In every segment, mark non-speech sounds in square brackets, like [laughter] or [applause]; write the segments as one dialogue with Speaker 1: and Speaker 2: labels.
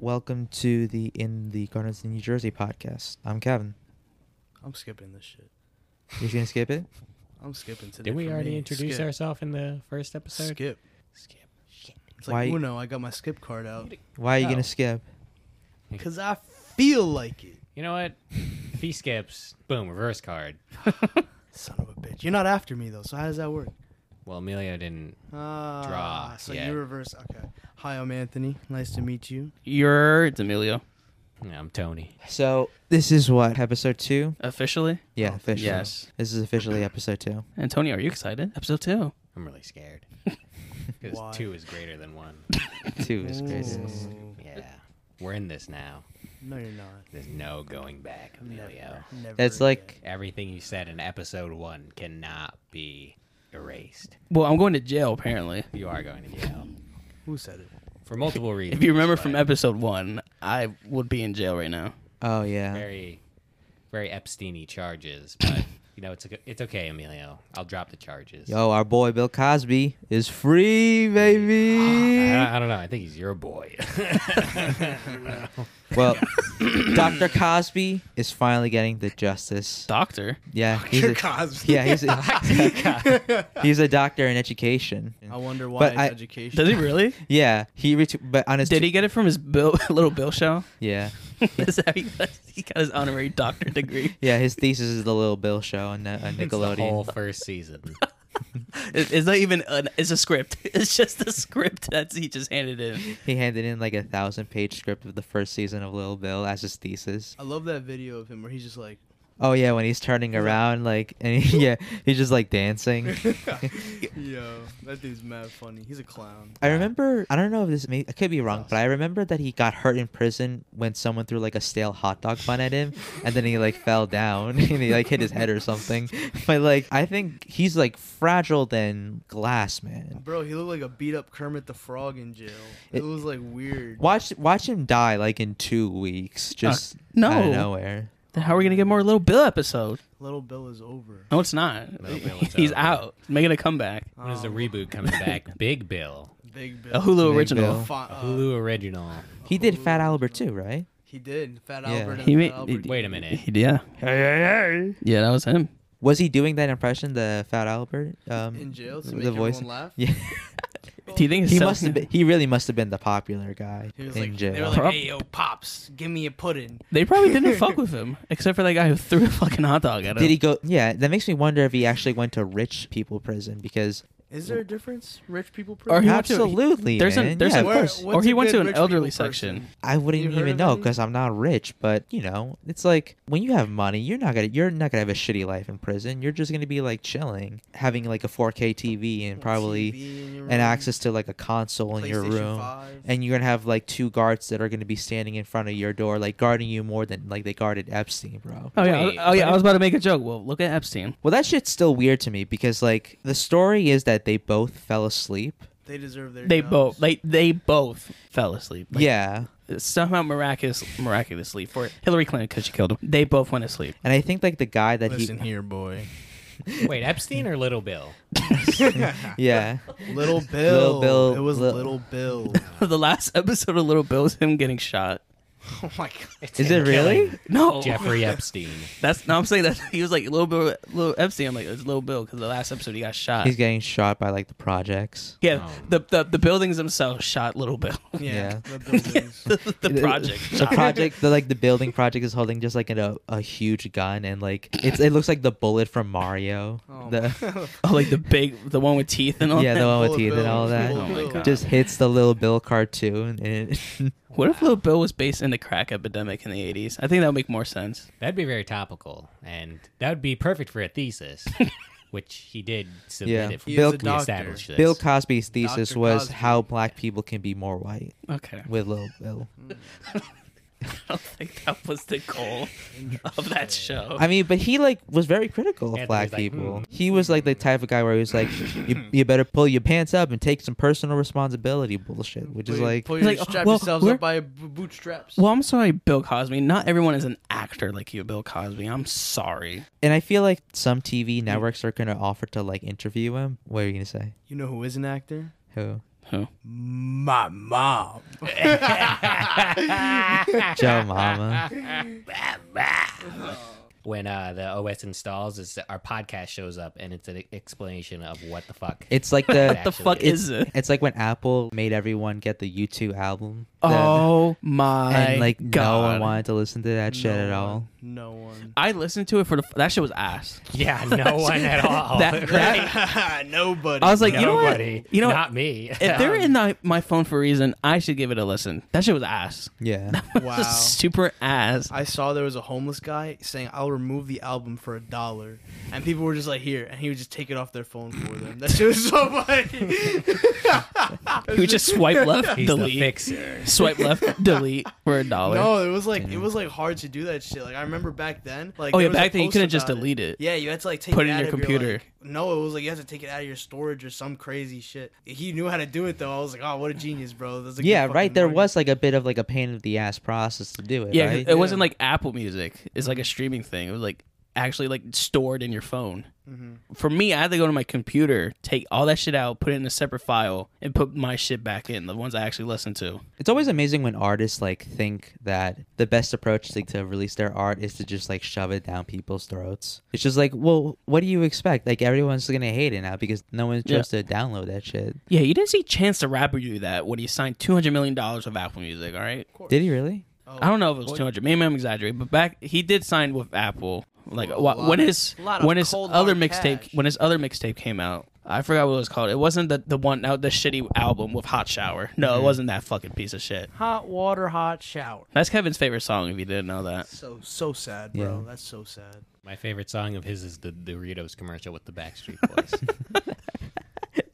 Speaker 1: Welcome to the In the Gardens of New Jersey podcast. I'm Kevin.
Speaker 2: I'm skipping this shit.
Speaker 1: You gonna skip it?
Speaker 2: I'm skipping today.
Speaker 3: Did we
Speaker 2: for
Speaker 3: already
Speaker 2: me.
Speaker 3: introduce
Speaker 2: Skip.
Speaker 3: ourselves in the first episode?
Speaker 2: Skip.
Speaker 3: Skip.
Speaker 2: It's like,
Speaker 1: Why-
Speaker 2: Uno, I got my skip card out.
Speaker 1: Why are you
Speaker 3: No.
Speaker 1: gonna skip?
Speaker 2: Because I feel like it.
Speaker 3: You know what? [laughs] if he skips, boom, reverse [laughs] card.
Speaker 2: Son of a bitch. You're not after me, though, so how does that work?
Speaker 3: Well, Emilio didn't.
Speaker 2: Ah,
Speaker 3: Draw,
Speaker 2: So
Speaker 3: yeah.
Speaker 2: you reverse. Okay. Hi, I'm Anthony. Nice to meet you.
Speaker 4: You're it's Emilio
Speaker 3: No, I'm Tony.
Speaker 1: So this is what episode two.
Speaker 4: officially.
Speaker 1: Yeah, officially.
Speaker 4: Yes.
Speaker 1: This is officially episode two.
Speaker 4: Antonio, are you excited? Episode two.
Speaker 3: I'm really [laughs] scared.
Speaker 2: Why?
Speaker 3: Because two is greater than one.
Speaker 1: Two is crazy.
Speaker 2: Ooh.
Speaker 3: Yeah. We're in this now.
Speaker 2: No, you're not.
Speaker 3: There's no going back, Emilio.
Speaker 2: Never
Speaker 1: Oh, That's like
Speaker 3: Everything you said in episode one cannot be erased.
Speaker 4: Well, I'm going to jail apparently.
Speaker 3: You are going to jail
Speaker 2: again. Who said it?
Speaker 3: for [laughs] multiple reasons.
Speaker 4: If you remember from
Speaker 3: but
Speaker 4: episode one, I would be in jail right now.
Speaker 1: Oh yeah.
Speaker 3: very, very Epsteiny charges, but you know it's it's okay, Emilio. I'll drop the charges.
Speaker 1: Yo, our boy Bill Cosby is free, baby.
Speaker 3: [laughs] I, I don't know. I think he's your boy. [laughs]
Speaker 1: well, Dr. Cosby is finally getting the justice.
Speaker 4: Doctor.
Speaker 1: Yeah, he's
Speaker 2: Your
Speaker 1: a-
Speaker 2: Cosby.
Speaker 1: yeah, he's a,
Speaker 2: [laughs]
Speaker 1: [laughs] he's a doctor in education.
Speaker 2: I wonder why
Speaker 1: But
Speaker 2: it's
Speaker 1: I-
Speaker 2: education. [laughs]
Speaker 4: Does he really?
Speaker 1: Yeah, he ret- but on his
Speaker 4: Did he get it from his bill [laughs] little bill show?
Speaker 1: yeah.
Speaker 4: [laughs] Is that he, he got his honorary doctorate degree?
Speaker 1: [laughs] Yeah, his thesis is the Little Bill show on, uh, on
Speaker 3: It's the whole
Speaker 1: Nickelodeon.
Speaker 3: first season.
Speaker 4: It- It's not even an, it's a script. [laughs] It's just a script [laughs] that he just handed in.
Speaker 1: He handed in like a thousand page script of the first season of Little Bill as his thesis.
Speaker 2: I love that video of him where he's
Speaker 1: [laughs]
Speaker 2: just like, [laughs]
Speaker 1: Oh yeah, when he's turning
Speaker 2: like-
Speaker 1: around, like [laughs] and he, yeah, he's just like
Speaker 3: [laughs]
Speaker 1: dancing.
Speaker 2: yo, that dude's mad funny. He's a clown.
Speaker 1: I remember, I don't know if this may, I could be wrong, but I remember that he got hurt in prison when someone threw like a stale hot dog bun at him, and then he like fell [laughs] down and he like hit his head or something. [laughs] But like, I think he's like fragile than glass, man.
Speaker 2: Bro, he looked like a beat up Kermit the Frog in jail. It,
Speaker 1: It-
Speaker 2: was like weird.
Speaker 1: Watch watch him die like in two weeks, just out
Speaker 4: Uh, no.
Speaker 1: of nowhere.
Speaker 4: Then how are we gonna get more little bill episode?
Speaker 2: Little Bill is over.
Speaker 4: No, it's not.
Speaker 3: Little Bill is
Speaker 4: [laughs] He's
Speaker 3: over.
Speaker 4: out. Making a comeback.
Speaker 3: When is the
Speaker 2: Um,
Speaker 3: reboot coming
Speaker 2: [laughs]
Speaker 3: back? Big Bill,
Speaker 2: Big Bill.
Speaker 4: A Hulu
Speaker 1: Big
Speaker 4: original.
Speaker 1: Bill.
Speaker 2: Fi-
Speaker 3: a
Speaker 2: uh,
Speaker 3: Hulu original.
Speaker 1: He did
Speaker 2: Hulu
Speaker 1: Fat Albert
Speaker 2: original.
Speaker 1: too, right?
Speaker 2: He did. Fat
Speaker 1: Yeah.
Speaker 2: Albert. and
Speaker 4: He
Speaker 2: Fat
Speaker 4: made-
Speaker 2: Albert.
Speaker 3: Wait
Speaker 2: [laughs]
Speaker 3: a minute.
Speaker 4: Yeah. Yeah, that was him.
Speaker 1: Was he doing that impression, the Fat Albert? Um,
Speaker 2: in jail to
Speaker 1: the
Speaker 2: make everyone
Speaker 1: voice-
Speaker 2: laugh.
Speaker 1: Yeah, [laughs]
Speaker 4: Do you think it's
Speaker 1: he
Speaker 4: so-
Speaker 1: must have been. He really must have been the popular guy
Speaker 2: He
Speaker 1: in
Speaker 2: was like, they were
Speaker 1: jail.
Speaker 2: like,
Speaker 4: Prob-
Speaker 2: "Hey, yo, pops, give me a pudding."
Speaker 4: They probably didn't
Speaker 1: [laughs]
Speaker 4: fuck with him, except for that guy who threw a fucking hot dog at him.
Speaker 1: did he go? Yeah, that makes me wonder if he actually went to rich people prison because
Speaker 2: Is there a difference? Rich people prison.
Speaker 4: Or he went to-
Speaker 1: absolutely,
Speaker 4: there's an-
Speaker 1: man.
Speaker 4: there's
Speaker 1: yeah,
Speaker 4: an-
Speaker 1: of
Speaker 2: Where-
Speaker 1: course.
Speaker 2: what's
Speaker 4: Or he
Speaker 2: a
Speaker 4: went
Speaker 2: good
Speaker 4: to an
Speaker 2: rich
Speaker 4: elderly
Speaker 2: people
Speaker 4: section.
Speaker 2: person?
Speaker 1: I wouldn't
Speaker 2: You heard
Speaker 1: even
Speaker 2: of
Speaker 1: know
Speaker 2: any?
Speaker 1: because I'm not rich, but you know, it's like when you have money, you're not gonna you're not gonna have a shitty life in prison. You're just gonna be like chilling, having like a 4K TV and probably
Speaker 2: TV in your room,
Speaker 1: and access to like a console in your
Speaker 2: PlayStation
Speaker 1: room.
Speaker 2: 5.
Speaker 1: And you're gonna have like two guards that are gonna be standing in front of your door, like guarding you more than like they guarded Epstein, bro.
Speaker 4: Oh yeah,
Speaker 3: Wait,
Speaker 4: oh yeah.
Speaker 3: what
Speaker 4: I was about to make a joke. Well, look at Epstein.
Speaker 1: Well, that shit's still weird to me because like the story is that they both fell asleep.
Speaker 2: they deserve their.
Speaker 4: They
Speaker 2: jobs.
Speaker 4: both, like, they both fell asleep. Like,
Speaker 1: yeah,
Speaker 4: Somehow miraculous, miraculously for Hillary Clinton because she killed him. They both went to sleep. [laughs]
Speaker 1: and I think like the guy that
Speaker 2: Listen here,
Speaker 1: [laughs]
Speaker 2: boy.
Speaker 3: Wait, Epstein or Little Bill?
Speaker 1: he, yeah,
Speaker 2: Little Bill.
Speaker 1: Bill,
Speaker 2: It was
Speaker 1: Lil-
Speaker 2: Little
Speaker 1: [laughs]
Speaker 2: Bill.
Speaker 4: the last episode of Little Bill was him getting shot.
Speaker 2: oh my god.
Speaker 1: is it really?
Speaker 3: Killing [laughs]
Speaker 4: No,
Speaker 3: Jeffrey Epstein.
Speaker 4: that's no. I'm saying that [laughs] he was like Little Bill, Little Epstein. I'm like it's Little Bill because the last episode he got shot.
Speaker 1: He's getting shot by like the projects.
Speaker 4: yeah,
Speaker 3: Oh.
Speaker 4: the, the the buildings themselves shot Little Bill.
Speaker 1: [laughs]
Speaker 4: [laughs]
Speaker 1: Yeah.
Speaker 2: Yeah. The
Speaker 1: [laughs]
Speaker 2: buildings.
Speaker 4: the, the project.
Speaker 1: The project, the like the building project is holding just like a a huge gun, and like it's it looks like the bullet from Mario.
Speaker 2: Oh
Speaker 1: the,
Speaker 2: my-
Speaker 4: Oh, like the big, the one with teeth and all.
Speaker 1: [laughs] yeah,
Speaker 4: that?
Speaker 1: the one with
Speaker 2: Bullet
Speaker 1: teeth and
Speaker 2: Bill,
Speaker 1: all that.
Speaker 2: Bullet
Speaker 4: Oh my
Speaker 2: Bill.
Speaker 4: God.
Speaker 1: Just hits the little Bill cartoon, and it-
Speaker 4: What if Little Bill was based in the crack epidemic in the eighties? I think that would make more sense.
Speaker 3: That'd be very topical, and that would be perfect for
Speaker 1: [laughs]
Speaker 3: a thesis, which he did submit
Speaker 1: Yeah.
Speaker 3: it. For.
Speaker 2: He
Speaker 1: Bill-
Speaker 2: is a
Speaker 3: we
Speaker 2: doctor.
Speaker 3: established this.
Speaker 1: Bill Cosby's thesis
Speaker 2: Dr.
Speaker 1: was
Speaker 2: Cosby.
Speaker 1: how black people can be more white
Speaker 4: Okay,
Speaker 1: with little Bill.
Speaker 4: [laughs] I don't think that was the goal of that show.
Speaker 1: I mean, but he like was very critical of
Speaker 3: Anthony's
Speaker 1: black
Speaker 3: like,
Speaker 1: people.
Speaker 3: hmm.
Speaker 1: He was like the type of guy where he was like, you, "You better pull your pants up and take some personal responsibility." Bullshit, which is
Speaker 2: Pull your-
Speaker 1: like,
Speaker 2: pull your
Speaker 4: like,
Speaker 2: strap
Speaker 4: well,
Speaker 2: yourselves
Speaker 4: we're-
Speaker 2: up by your b- bootstraps.
Speaker 4: well, I'm sorry, Bill Cosby. Not everyone is an actor like you, Bill Cosby. I'm sorry.
Speaker 1: and I feel like some
Speaker 4: Mm.
Speaker 1: TV networks are gonna offer to like interview him. What are you gonna say?
Speaker 2: You know who is an actor?
Speaker 4: [laughs]
Speaker 1: Who?
Speaker 4: Who?
Speaker 2: My mom.
Speaker 1: Joe Mama.
Speaker 3: when uh, the OS installs, is our podcast shows up and it's an explanation of what the fuck.
Speaker 1: It's like the
Speaker 3: What
Speaker 4: [laughs]
Speaker 3: the
Speaker 1: actually
Speaker 3: fuck
Speaker 1: it's-
Speaker 4: is it?
Speaker 1: It's like when Apple made everyone get the U2 album. the-
Speaker 4: Oh my
Speaker 1: and like no
Speaker 4: god!
Speaker 1: one wanted to listen to that shit at all.
Speaker 2: No one.
Speaker 1: [laughs]
Speaker 2: [laughs]
Speaker 4: I listened to it for the that shit was ass.
Speaker 3: [laughs] yeah, [laughs] no one at all.
Speaker 4: That- that-
Speaker 2: Nobody.
Speaker 4: I
Speaker 1: [laughs]
Speaker 4: was like, you know what?
Speaker 3: Oh, [laughs] Nobody.
Speaker 4: You know what?
Speaker 3: not me.
Speaker 4: If they're in the, my phone for a reason, I should give it a listen. That shit was ass. [laughs]
Speaker 1: Yeah. [laughs]
Speaker 2: wow.
Speaker 4: Super ass.
Speaker 2: I saw there was a homeless guy saying, "I'll remove the album for a dollar," and people were just like, "Here," and he would just take it off their phone for them. That shit was so [laughs] funny.
Speaker 4: You would just swipe
Speaker 3: [laughs] [laughs]
Speaker 4: left,
Speaker 3: He's the
Speaker 4: delete.
Speaker 3: fixer.
Speaker 4: swipe left, delete for a dollar.
Speaker 2: No, it was like it was like hard to do that shit. Like I remember back then. Like
Speaker 4: Oh, yeah,
Speaker 2: there was a
Speaker 4: back then you
Speaker 2: post
Speaker 4: couldn't just
Speaker 2: about
Speaker 4: delete it.
Speaker 2: Yeah, you had to like take
Speaker 4: Put
Speaker 2: it,
Speaker 4: it in
Speaker 2: out of
Speaker 4: your computer.
Speaker 2: like- no, it was like you had to take it out of your storage or some crazy shit. He knew how to do it though. I was like, oh, what a genius, bro. That's a good
Speaker 1: yeah,
Speaker 2: fucking
Speaker 1: right. There
Speaker 2: nugget."
Speaker 1: was like a bit of like a pain in the ass process to do it.
Speaker 4: Yeah, 'cause
Speaker 1: right?
Speaker 4: it wasn't like Apple Music. It's like a streaming thing. It was like actually like stored in your phone. For me, I had to go to my computer, take all that shit out, put it in a separate file, and put my shit back in the ones I actually listened to.
Speaker 1: It's always amazing when artists like think that the best approach like, to release their art is to just like shove it down people's throats. It's just like, well, what do you expect? Like everyone's gonna hate it now because no one
Speaker 4: Yeah.
Speaker 1: chose to download that shit.
Speaker 4: Yeah, you didn't see Chance the Rapper do that when he signed two hundred million dollars with Apple Music. All right,
Speaker 1: Did he really?
Speaker 4: I don't know if it was two hundred. Maybe I'm exaggerating, but back he did sign with Apple. Like wh- when his
Speaker 2: lot of
Speaker 4: when his
Speaker 2: cold
Speaker 4: other
Speaker 2: hard
Speaker 4: mixtape
Speaker 2: cash.
Speaker 4: when his other mixtape came out, I forgot what it was called. It wasn't the the one out the shitty album with Hot Shower. No,
Speaker 2: Mm-hmm.
Speaker 4: it wasn't that fucking piece of shit.
Speaker 2: hot water, hot shower.
Speaker 4: That's Kevin's favorite song. If you didn't know that,
Speaker 2: So so sad, bro.
Speaker 1: Yeah.
Speaker 2: That's so sad.
Speaker 3: My favorite song of his is the Doritos commercial with the [laughs] Backstreet Boys.
Speaker 1: [laughs]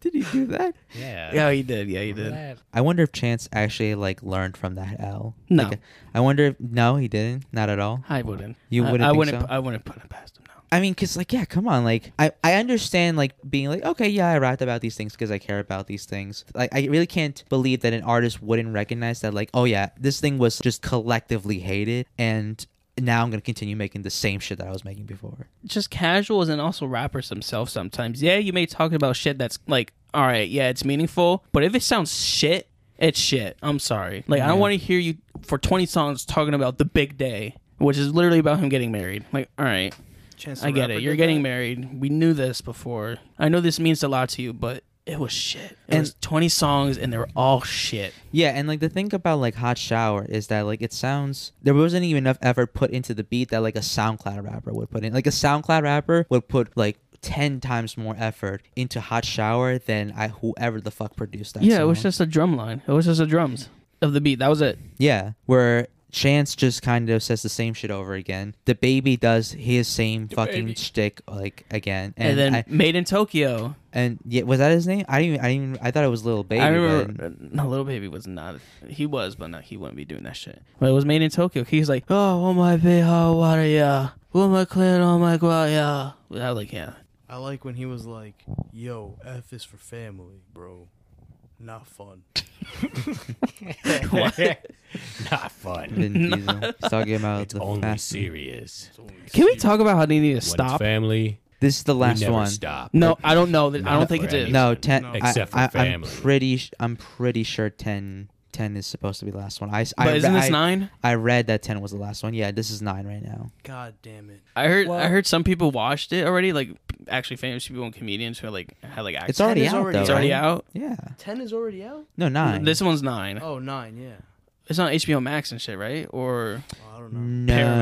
Speaker 1: Did he do that?
Speaker 3: yeah.
Speaker 4: yeah, he did. Yeah, he
Speaker 3: Remember
Speaker 4: did.
Speaker 3: that?
Speaker 1: I wonder if Chance actually like learned from that L.
Speaker 4: No.
Speaker 1: Like, I wonder if no, he didn't. Not at all.
Speaker 4: I wouldn't.
Speaker 1: You
Speaker 4: I-
Speaker 1: wouldn't
Speaker 4: I,
Speaker 1: think
Speaker 4: wouldn't.
Speaker 1: so?
Speaker 4: I wouldn't put it past him. No.
Speaker 1: I mean, cause like, yeah, come on, like, I, I understand like being like, okay, yeah, I rapped about these things because I care about these things. Like, I really can't believe that an artist wouldn't recognize that, like, oh yeah, this thing was just collectively hated, and now I'm gonna continue making the same shit that I was making before.
Speaker 4: Just casuals and also rappers themselves. Sometimes, yeah, you may talk about shit that's like, all right, yeah, it's meaningful, but if it sounds shit, it's shit. I'm sorry. Like, I don't want to hear you for 20 songs talking about the big day, which is literally about him getting married. Like, all right,
Speaker 2: Chance. the
Speaker 4: I get
Speaker 2: Rapper
Speaker 4: it. You're
Speaker 2: did
Speaker 4: getting
Speaker 2: that?
Speaker 4: married. We knew this before. I know this means a lot to you, but it was shit. It
Speaker 1: And-
Speaker 4: was 20 songs and they were all shit.
Speaker 1: Yeah, and like the thing about like Hot Shower is that like it sounds there wasn't even enough effort put into the beat that like a SoundCloud rapper would put in. Like a SoundCloud rapper would put like ten times more effort into Hot Shower than I whoever the fuck produced that.
Speaker 4: yeah, it was
Speaker 1: song.
Speaker 4: just a drum line. It was just the drums of the beat. That was it.
Speaker 1: Yeah, where Chance just kind of says the same shit over again. The baby does his same fucking shtick like again, and
Speaker 4: And, then
Speaker 1: I-
Speaker 4: Made in Tokyo.
Speaker 1: and yeah, was that his name? I didn't. Even, I didn't. Even, I thought it was Little Baby.
Speaker 4: I
Speaker 1: but-
Speaker 4: remember no, little baby was not. He was, but not. He wouldn't be doing that shit. But it was Made in Tokyo. He was like, oh, oh my big hot water, yeah. Oh my clear, oh my gua, yeah. I was like, yeah.
Speaker 2: I like when he was like, "Yo, F is for family, bro. Not fun."
Speaker 3: [laughs] Not fun.
Speaker 4: [laughs]
Speaker 1: Vin Diesel. He's talking about the
Speaker 3: Only
Speaker 1: fast.
Speaker 3: serious.
Speaker 4: Can we talk about how they need to
Speaker 3: When
Speaker 4: stop?
Speaker 3: family.
Speaker 1: This is the
Speaker 3: we
Speaker 1: last
Speaker 3: never
Speaker 1: one.
Speaker 3: Stop.
Speaker 4: No, I don't know. that- I don't
Speaker 3: Not
Speaker 4: think
Speaker 3: for
Speaker 4: it is.
Speaker 3: any-
Speaker 1: No, ten.
Speaker 2: No.
Speaker 1: I,
Speaker 3: Except for
Speaker 1: I,
Speaker 3: family.
Speaker 1: I'm pretty. sh- I'm pretty sure 10, 10 is supposed to be the last one. I. s- I
Speaker 4: But
Speaker 1: re-
Speaker 4: isn't this
Speaker 1: I-
Speaker 4: nine?
Speaker 1: I read that ten was the last one. Yeah, this is nine right now.
Speaker 2: God damn it.
Speaker 4: I heard. I
Speaker 3: Well-
Speaker 4: heard some people watched it already. Like actually, famous people and comedians who are like had like.
Speaker 1: It's
Speaker 4: Access.
Speaker 1: already
Speaker 2: is
Speaker 1: out
Speaker 2: already-
Speaker 1: though.
Speaker 4: It's already
Speaker 1: right?
Speaker 4: out.
Speaker 1: Yeah.
Speaker 2: Ten is already
Speaker 4: [laughs]
Speaker 2: out.
Speaker 1: No nine.
Speaker 4: This one's nine.
Speaker 2: Oh, nine. Yeah.
Speaker 4: It's on HBO Max and shit, right? Or
Speaker 2: Oh, I don't know.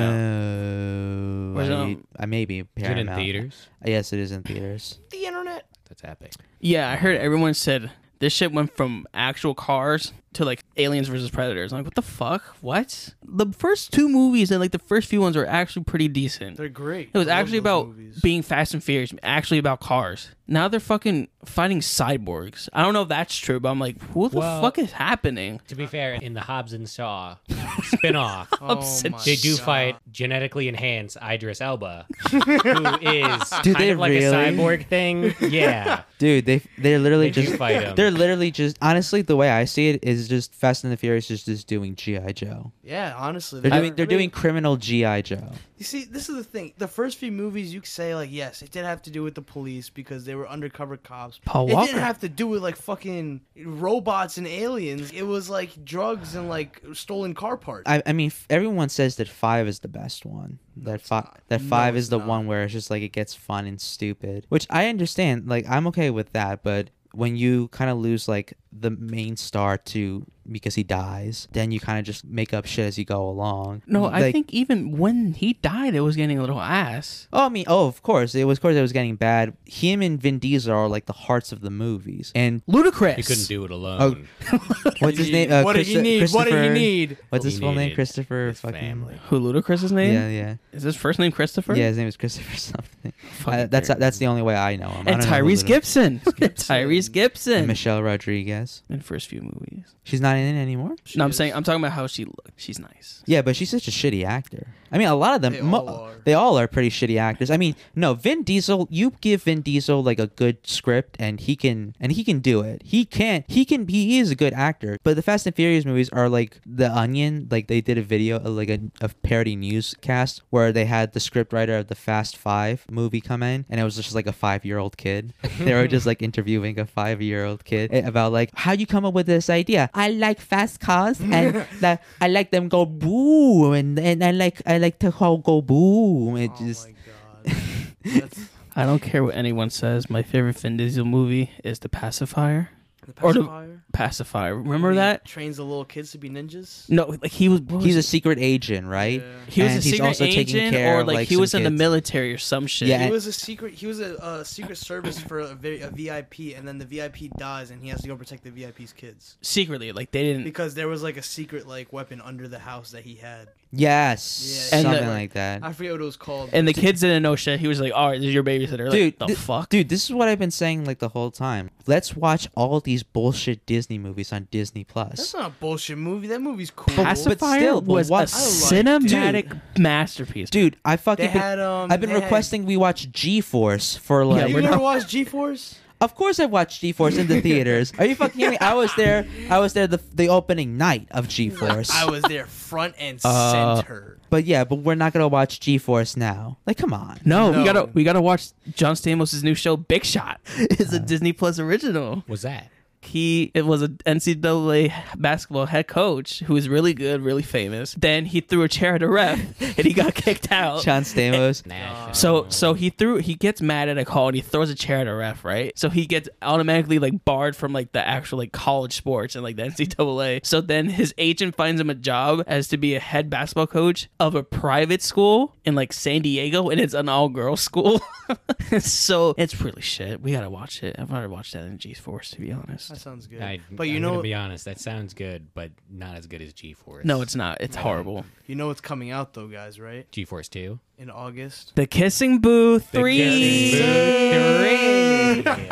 Speaker 1: No,
Speaker 4: Or is it
Speaker 1: I,
Speaker 4: on-
Speaker 1: I maybe
Speaker 3: Is it in
Speaker 1: Paramount.
Speaker 3: theaters?
Speaker 1: Yes, it is in theaters.
Speaker 2: The internet.
Speaker 3: That's epic.
Speaker 4: yeah, I heard everyone said this shit went from actual cars to like aliens versus predators. I'm like, what the fuck? What? The first two movies and like the first few ones were actually pretty decent.
Speaker 2: They're great.
Speaker 4: It was
Speaker 2: I love
Speaker 4: actually
Speaker 2: those
Speaker 4: about
Speaker 2: movies.
Speaker 4: being Fast and Furious, actually about cars. Now they're fucking fighting cyborgs. I don't know if that's true, but I'm like, what the
Speaker 3: Well-
Speaker 4: fuck is happening?
Speaker 3: To be fair, in the Hobbs and [laughs] Shaw spin-off,
Speaker 2: Oh
Speaker 4: upset
Speaker 2: my
Speaker 3: they do
Speaker 2: God.
Speaker 3: fight genetically enhanced Idris [laughs] Elba, who is
Speaker 1: Do
Speaker 3: kind
Speaker 1: they
Speaker 3: of like
Speaker 1: really?
Speaker 3: a cyborg thing. Yeah,
Speaker 1: Dude, they they're literally
Speaker 3: They do
Speaker 1: just
Speaker 3: fight 'em.
Speaker 1: They're literally just honestly the way I see it is is just Fast and the Furious is just doing GI Joe.
Speaker 2: Yeah, honestly,
Speaker 1: They're
Speaker 2: I-
Speaker 1: doing they're
Speaker 2: I mean,
Speaker 1: doing criminal GI Joe.
Speaker 2: You see, this is the thing. The first few movies, you could say like, yes, it did have to do with the police because they were undercover cops.
Speaker 4: Paul
Speaker 2: it
Speaker 4: Walker.
Speaker 2: didn't have to do with like fucking robots and aliens. It was like drugs and like stolen car parts.
Speaker 1: I, I mean, f- everyone says that five is the best one. That five, that
Speaker 2: No,
Speaker 1: five is
Speaker 2: it's
Speaker 1: the
Speaker 2: not.
Speaker 1: one where it's just like it gets fun and stupid, which I understand. Like I'm okay with that, but when you kind of lose like the main star to because he dies, then you kind of just make up shit as you go along.
Speaker 4: No, I
Speaker 1: Like-
Speaker 4: think even when he died, it was getting a little ass.
Speaker 1: Oh, I mean, oh, of course, it was. Of course, it was getting bad. Him and Vin Diesel are like the hearts of the movies,
Speaker 2: [laughs]
Speaker 1: and
Speaker 3: [laughs]
Speaker 4: Ludicrous.
Speaker 3: You couldn't do it
Speaker 1: Oh,
Speaker 3: alone.
Speaker 1: what's his name?
Speaker 2: what did you
Speaker 1: Christo-
Speaker 2: need? What did you
Speaker 1: Christopher-
Speaker 2: need?
Speaker 1: What's
Speaker 3: He
Speaker 1: his full name?
Speaker 3: needed
Speaker 1: Christopher
Speaker 3: his
Speaker 1: fucking.
Speaker 3: family.
Speaker 4: Who Ludacris's name?
Speaker 1: Yeah, yeah,
Speaker 4: Is his first name Christopher?
Speaker 1: yeah. His name is Christopher [laughs] something.
Speaker 4: Fucking
Speaker 1: Uh, that's
Speaker 4: weird.
Speaker 1: that's the only way I know him. I
Speaker 4: And
Speaker 1: don't know who
Speaker 4: Tyrese
Speaker 1: Luda-
Speaker 4: [laughs] Gibson. Tyrese
Speaker 1: and
Speaker 4: Gibson.
Speaker 1: Michelle Rodriguez.
Speaker 4: In first few movies.
Speaker 1: She's not in it anymore.
Speaker 4: no, I'm
Speaker 2: Shit.
Speaker 4: saying I'm talking about how she looked. She's nice.
Speaker 1: Yeah, but she's such a shitty actor. I mean, a lot of them,
Speaker 2: They
Speaker 1: mo-
Speaker 2: all are.
Speaker 1: they all are pretty shitty actors. I mean, no, Vin Diesel. You give Vin Diesel like a good script, and he can, and he can do it. He can, he can. He is a good actor. But the Fast and Furious movies are like The Onion. Like they did a video, uh, like a, a parody newscast where they had the script writer of the Fast Five movie come in, and it was just like a five-year-old [laughs] kid. they were just like interviewing a five-year-old kid Eh, about like how you come up with this idea. I like fast cars, [laughs] and like I like them go boom, and, and I like I like to how go boom. It
Speaker 2: oh
Speaker 1: just
Speaker 2: my god. That's
Speaker 4: I don't care what anyone says. My favorite Vin Diesel movie is The Pacifier.
Speaker 2: the
Speaker 4: Or the-
Speaker 2: pacifier.
Speaker 4: Pacifier. Remember
Speaker 2: He
Speaker 4: that?
Speaker 2: trains the little kids to be ninjas.
Speaker 4: No, like he was. what was
Speaker 1: he's a
Speaker 4: it?
Speaker 1: secret agent, right?
Speaker 2: Yeah.
Speaker 4: he was
Speaker 1: and
Speaker 4: a
Speaker 1: he's
Speaker 4: secret
Speaker 1: also
Speaker 4: agent,
Speaker 1: taking care
Speaker 4: or
Speaker 1: of,
Speaker 4: like,
Speaker 1: like,
Speaker 4: he
Speaker 1: some
Speaker 4: was in the
Speaker 1: kids.
Speaker 4: military or some shit.
Speaker 1: Yeah,
Speaker 2: He
Speaker 1: and-
Speaker 2: was a secret. He was a, a secret service for a, vi- a VIP, and then the VIP dies, and he has to go protect the VIP's kids
Speaker 4: secretly, like they
Speaker 1: Hmm.
Speaker 4: didn't.
Speaker 2: because there was like a secret like weapon under the house that he had.
Speaker 1: Yes,
Speaker 2: Yeah,
Speaker 4: And
Speaker 1: something
Speaker 4: the-
Speaker 1: like that.
Speaker 2: I forget what it was called.
Speaker 4: And the kids didn't know shit. He was like, "All right, this is your babysitter." Like,
Speaker 1: dude,
Speaker 4: the
Speaker 1: thi-
Speaker 4: fuck,
Speaker 1: dude, this is what I've been saying like the whole time. Let's watch all these bullshit Disney movies on Disney
Speaker 2: That's
Speaker 1: Plus.
Speaker 2: not a bullshit movie. That movie's cool.
Speaker 1: Pacifier
Speaker 4: Pacifier
Speaker 1: still, but
Speaker 4: was
Speaker 1: what-
Speaker 4: a
Speaker 2: I like-
Speaker 4: cinematic masterpiece.
Speaker 1: Dude, I fucking
Speaker 2: They
Speaker 1: been-
Speaker 2: had, um,
Speaker 1: I've been
Speaker 2: they had-
Speaker 1: requesting we watch G Force for like.
Speaker 4: Yeah,
Speaker 2: you
Speaker 4: we're
Speaker 2: never
Speaker 4: not-
Speaker 1: [laughs]
Speaker 2: watched G-Force?
Speaker 1: Of course, I watched G Force in the theaters. Are you fucking kidding me? I was there. I was there the the opening night of G Force.
Speaker 2: I was there front and
Speaker 1: Uh,
Speaker 2: center.
Speaker 1: But yeah, but we're not gonna watch G Force now. Like, come on.
Speaker 4: no, we
Speaker 2: No.
Speaker 4: gotta we gotta watch John Stamos' new show, Big Shot. [laughs] It's a Disney Plus original.
Speaker 3: Was that?
Speaker 4: He it was a NCAA basketball head coach who was really good, really famous. Then he threw a chair at a ref, and he got [laughs] kicked out.
Speaker 1: John Stamos.
Speaker 3: National.
Speaker 4: So so he threw he gets mad at a call and he throws a chair at a ref, right? So he gets automatically like barred from like the actual like college sports and like the [laughs] NCAA. So then his agent finds him a job as to be a head basketball coach of a private school in like San Diego and it's an all girls school. [laughs] so it's really shit. We gotta watch it. I've already watched that in G Force to be honest.
Speaker 2: That sounds good.
Speaker 3: I,
Speaker 2: but you
Speaker 3: I'm
Speaker 2: know,
Speaker 3: gonna be honest, that sounds good, but not as good as G-Force.
Speaker 4: No, it's not. It's horrible.
Speaker 2: you know what's coming out though, guys, right?
Speaker 3: G-Force Two.
Speaker 2: In August.
Speaker 4: The Kissing Booth three.
Speaker 1: [laughs]
Speaker 3: Three. [laughs]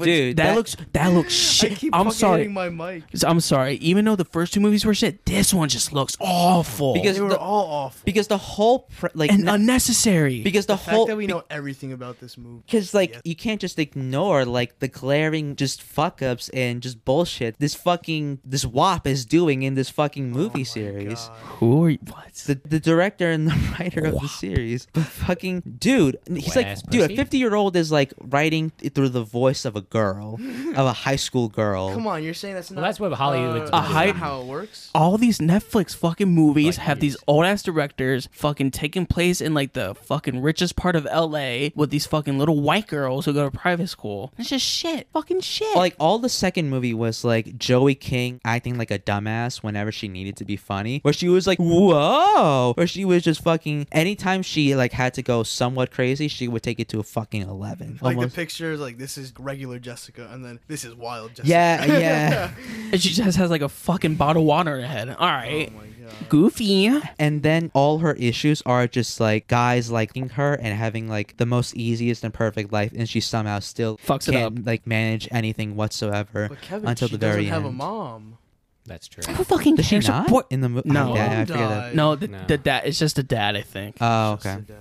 Speaker 1: Dude,
Speaker 4: That,
Speaker 1: that-
Speaker 4: looks that looks
Speaker 2: I
Speaker 4: shit.
Speaker 2: keep
Speaker 4: I'm
Speaker 2: fucking
Speaker 4: sorry.
Speaker 2: hitting my mic.
Speaker 4: So I'm sorry. Even though the first two movies were shit, this one just looks awful
Speaker 1: Because
Speaker 2: They were
Speaker 1: the-
Speaker 2: all awful.
Speaker 1: Because the whole pre- like
Speaker 4: and
Speaker 1: n-
Speaker 4: unnecessary.
Speaker 1: because the,
Speaker 2: the fact
Speaker 1: whole
Speaker 2: that we know everything about this movie.
Speaker 1: because like E
Speaker 2: Yeah.
Speaker 1: you can't just ignore like the glaring just fuck ups and just bullshit this fucking this WAP is doing in this fucking
Speaker 2: Oh my
Speaker 1: movie series.
Speaker 2: God.
Speaker 4: who are you? What?
Speaker 1: the, the director and the [laughs] writer of the series. But fucking dude, he's
Speaker 3: Wes
Speaker 1: like, dude, a
Speaker 3: Percy?
Speaker 1: 50 year old is like writing th- through the voice of a girl, of a high school girl.
Speaker 2: Come on, you're saying that's not.
Speaker 3: Well, that's what Hollywood's
Speaker 2: Uh,
Speaker 4: been doing.
Speaker 2: that's not how it works.
Speaker 4: all these Netflix fucking movies
Speaker 3: Like
Speaker 4: have these
Speaker 3: these.
Speaker 4: old ass directors fucking taking place in like the fucking richest part of LA with these fucking little white girls who go to private school. It's just shit. Fucking shit.
Speaker 1: Like all the second movie was like Joey King acting like a dumbass whenever she needed to be funny, where she was like, "Whoa!" where she was just fucking. Anytime she like had to go somewhat crazy, she would take it to a fucking eleven.
Speaker 2: Like
Speaker 1: Almost-
Speaker 2: the pictures, like this is regular Jessica, and then this is wild Jessica. [laughs]
Speaker 1: yeah, yeah.
Speaker 4: And she just has like a fucking bottle of water in her head. All
Speaker 2: oh
Speaker 4: right.
Speaker 2: my god.
Speaker 4: Goofy.
Speaker 1: and then all her issues are just like guys liking her and having like the most easiest and perfect life and she somehow still
Speaker 4: Fucks it
Speaker 1: can't like manage anything whatsoever
Speaker 2: But Kevin,
Speaker 1: until
Speaker 2: she
Speaker 1: the very
Speaker 2: doesn't have
Speaker 1: end
Speaker 2: a mom.
Speaker 3: That's true.
Speaker 4: Who fucking
Speaker 1: does she
Speaker 4: cares?
Speaker 1: not
Speaker 4: Support-
Speaker 1: in the movie
Speaker 4: No.
Speaker 1: yeah, I forget
Speaker 2: Mom died.
Speaker 1: that
Speaker 4: No, the,
Speaker 3: No.
Speaker 4: the dad. It's just the dad. I think.
Speaker 1: oh
Speaker 2: Just
Speaker 1: okay
Speaker 2: the dad.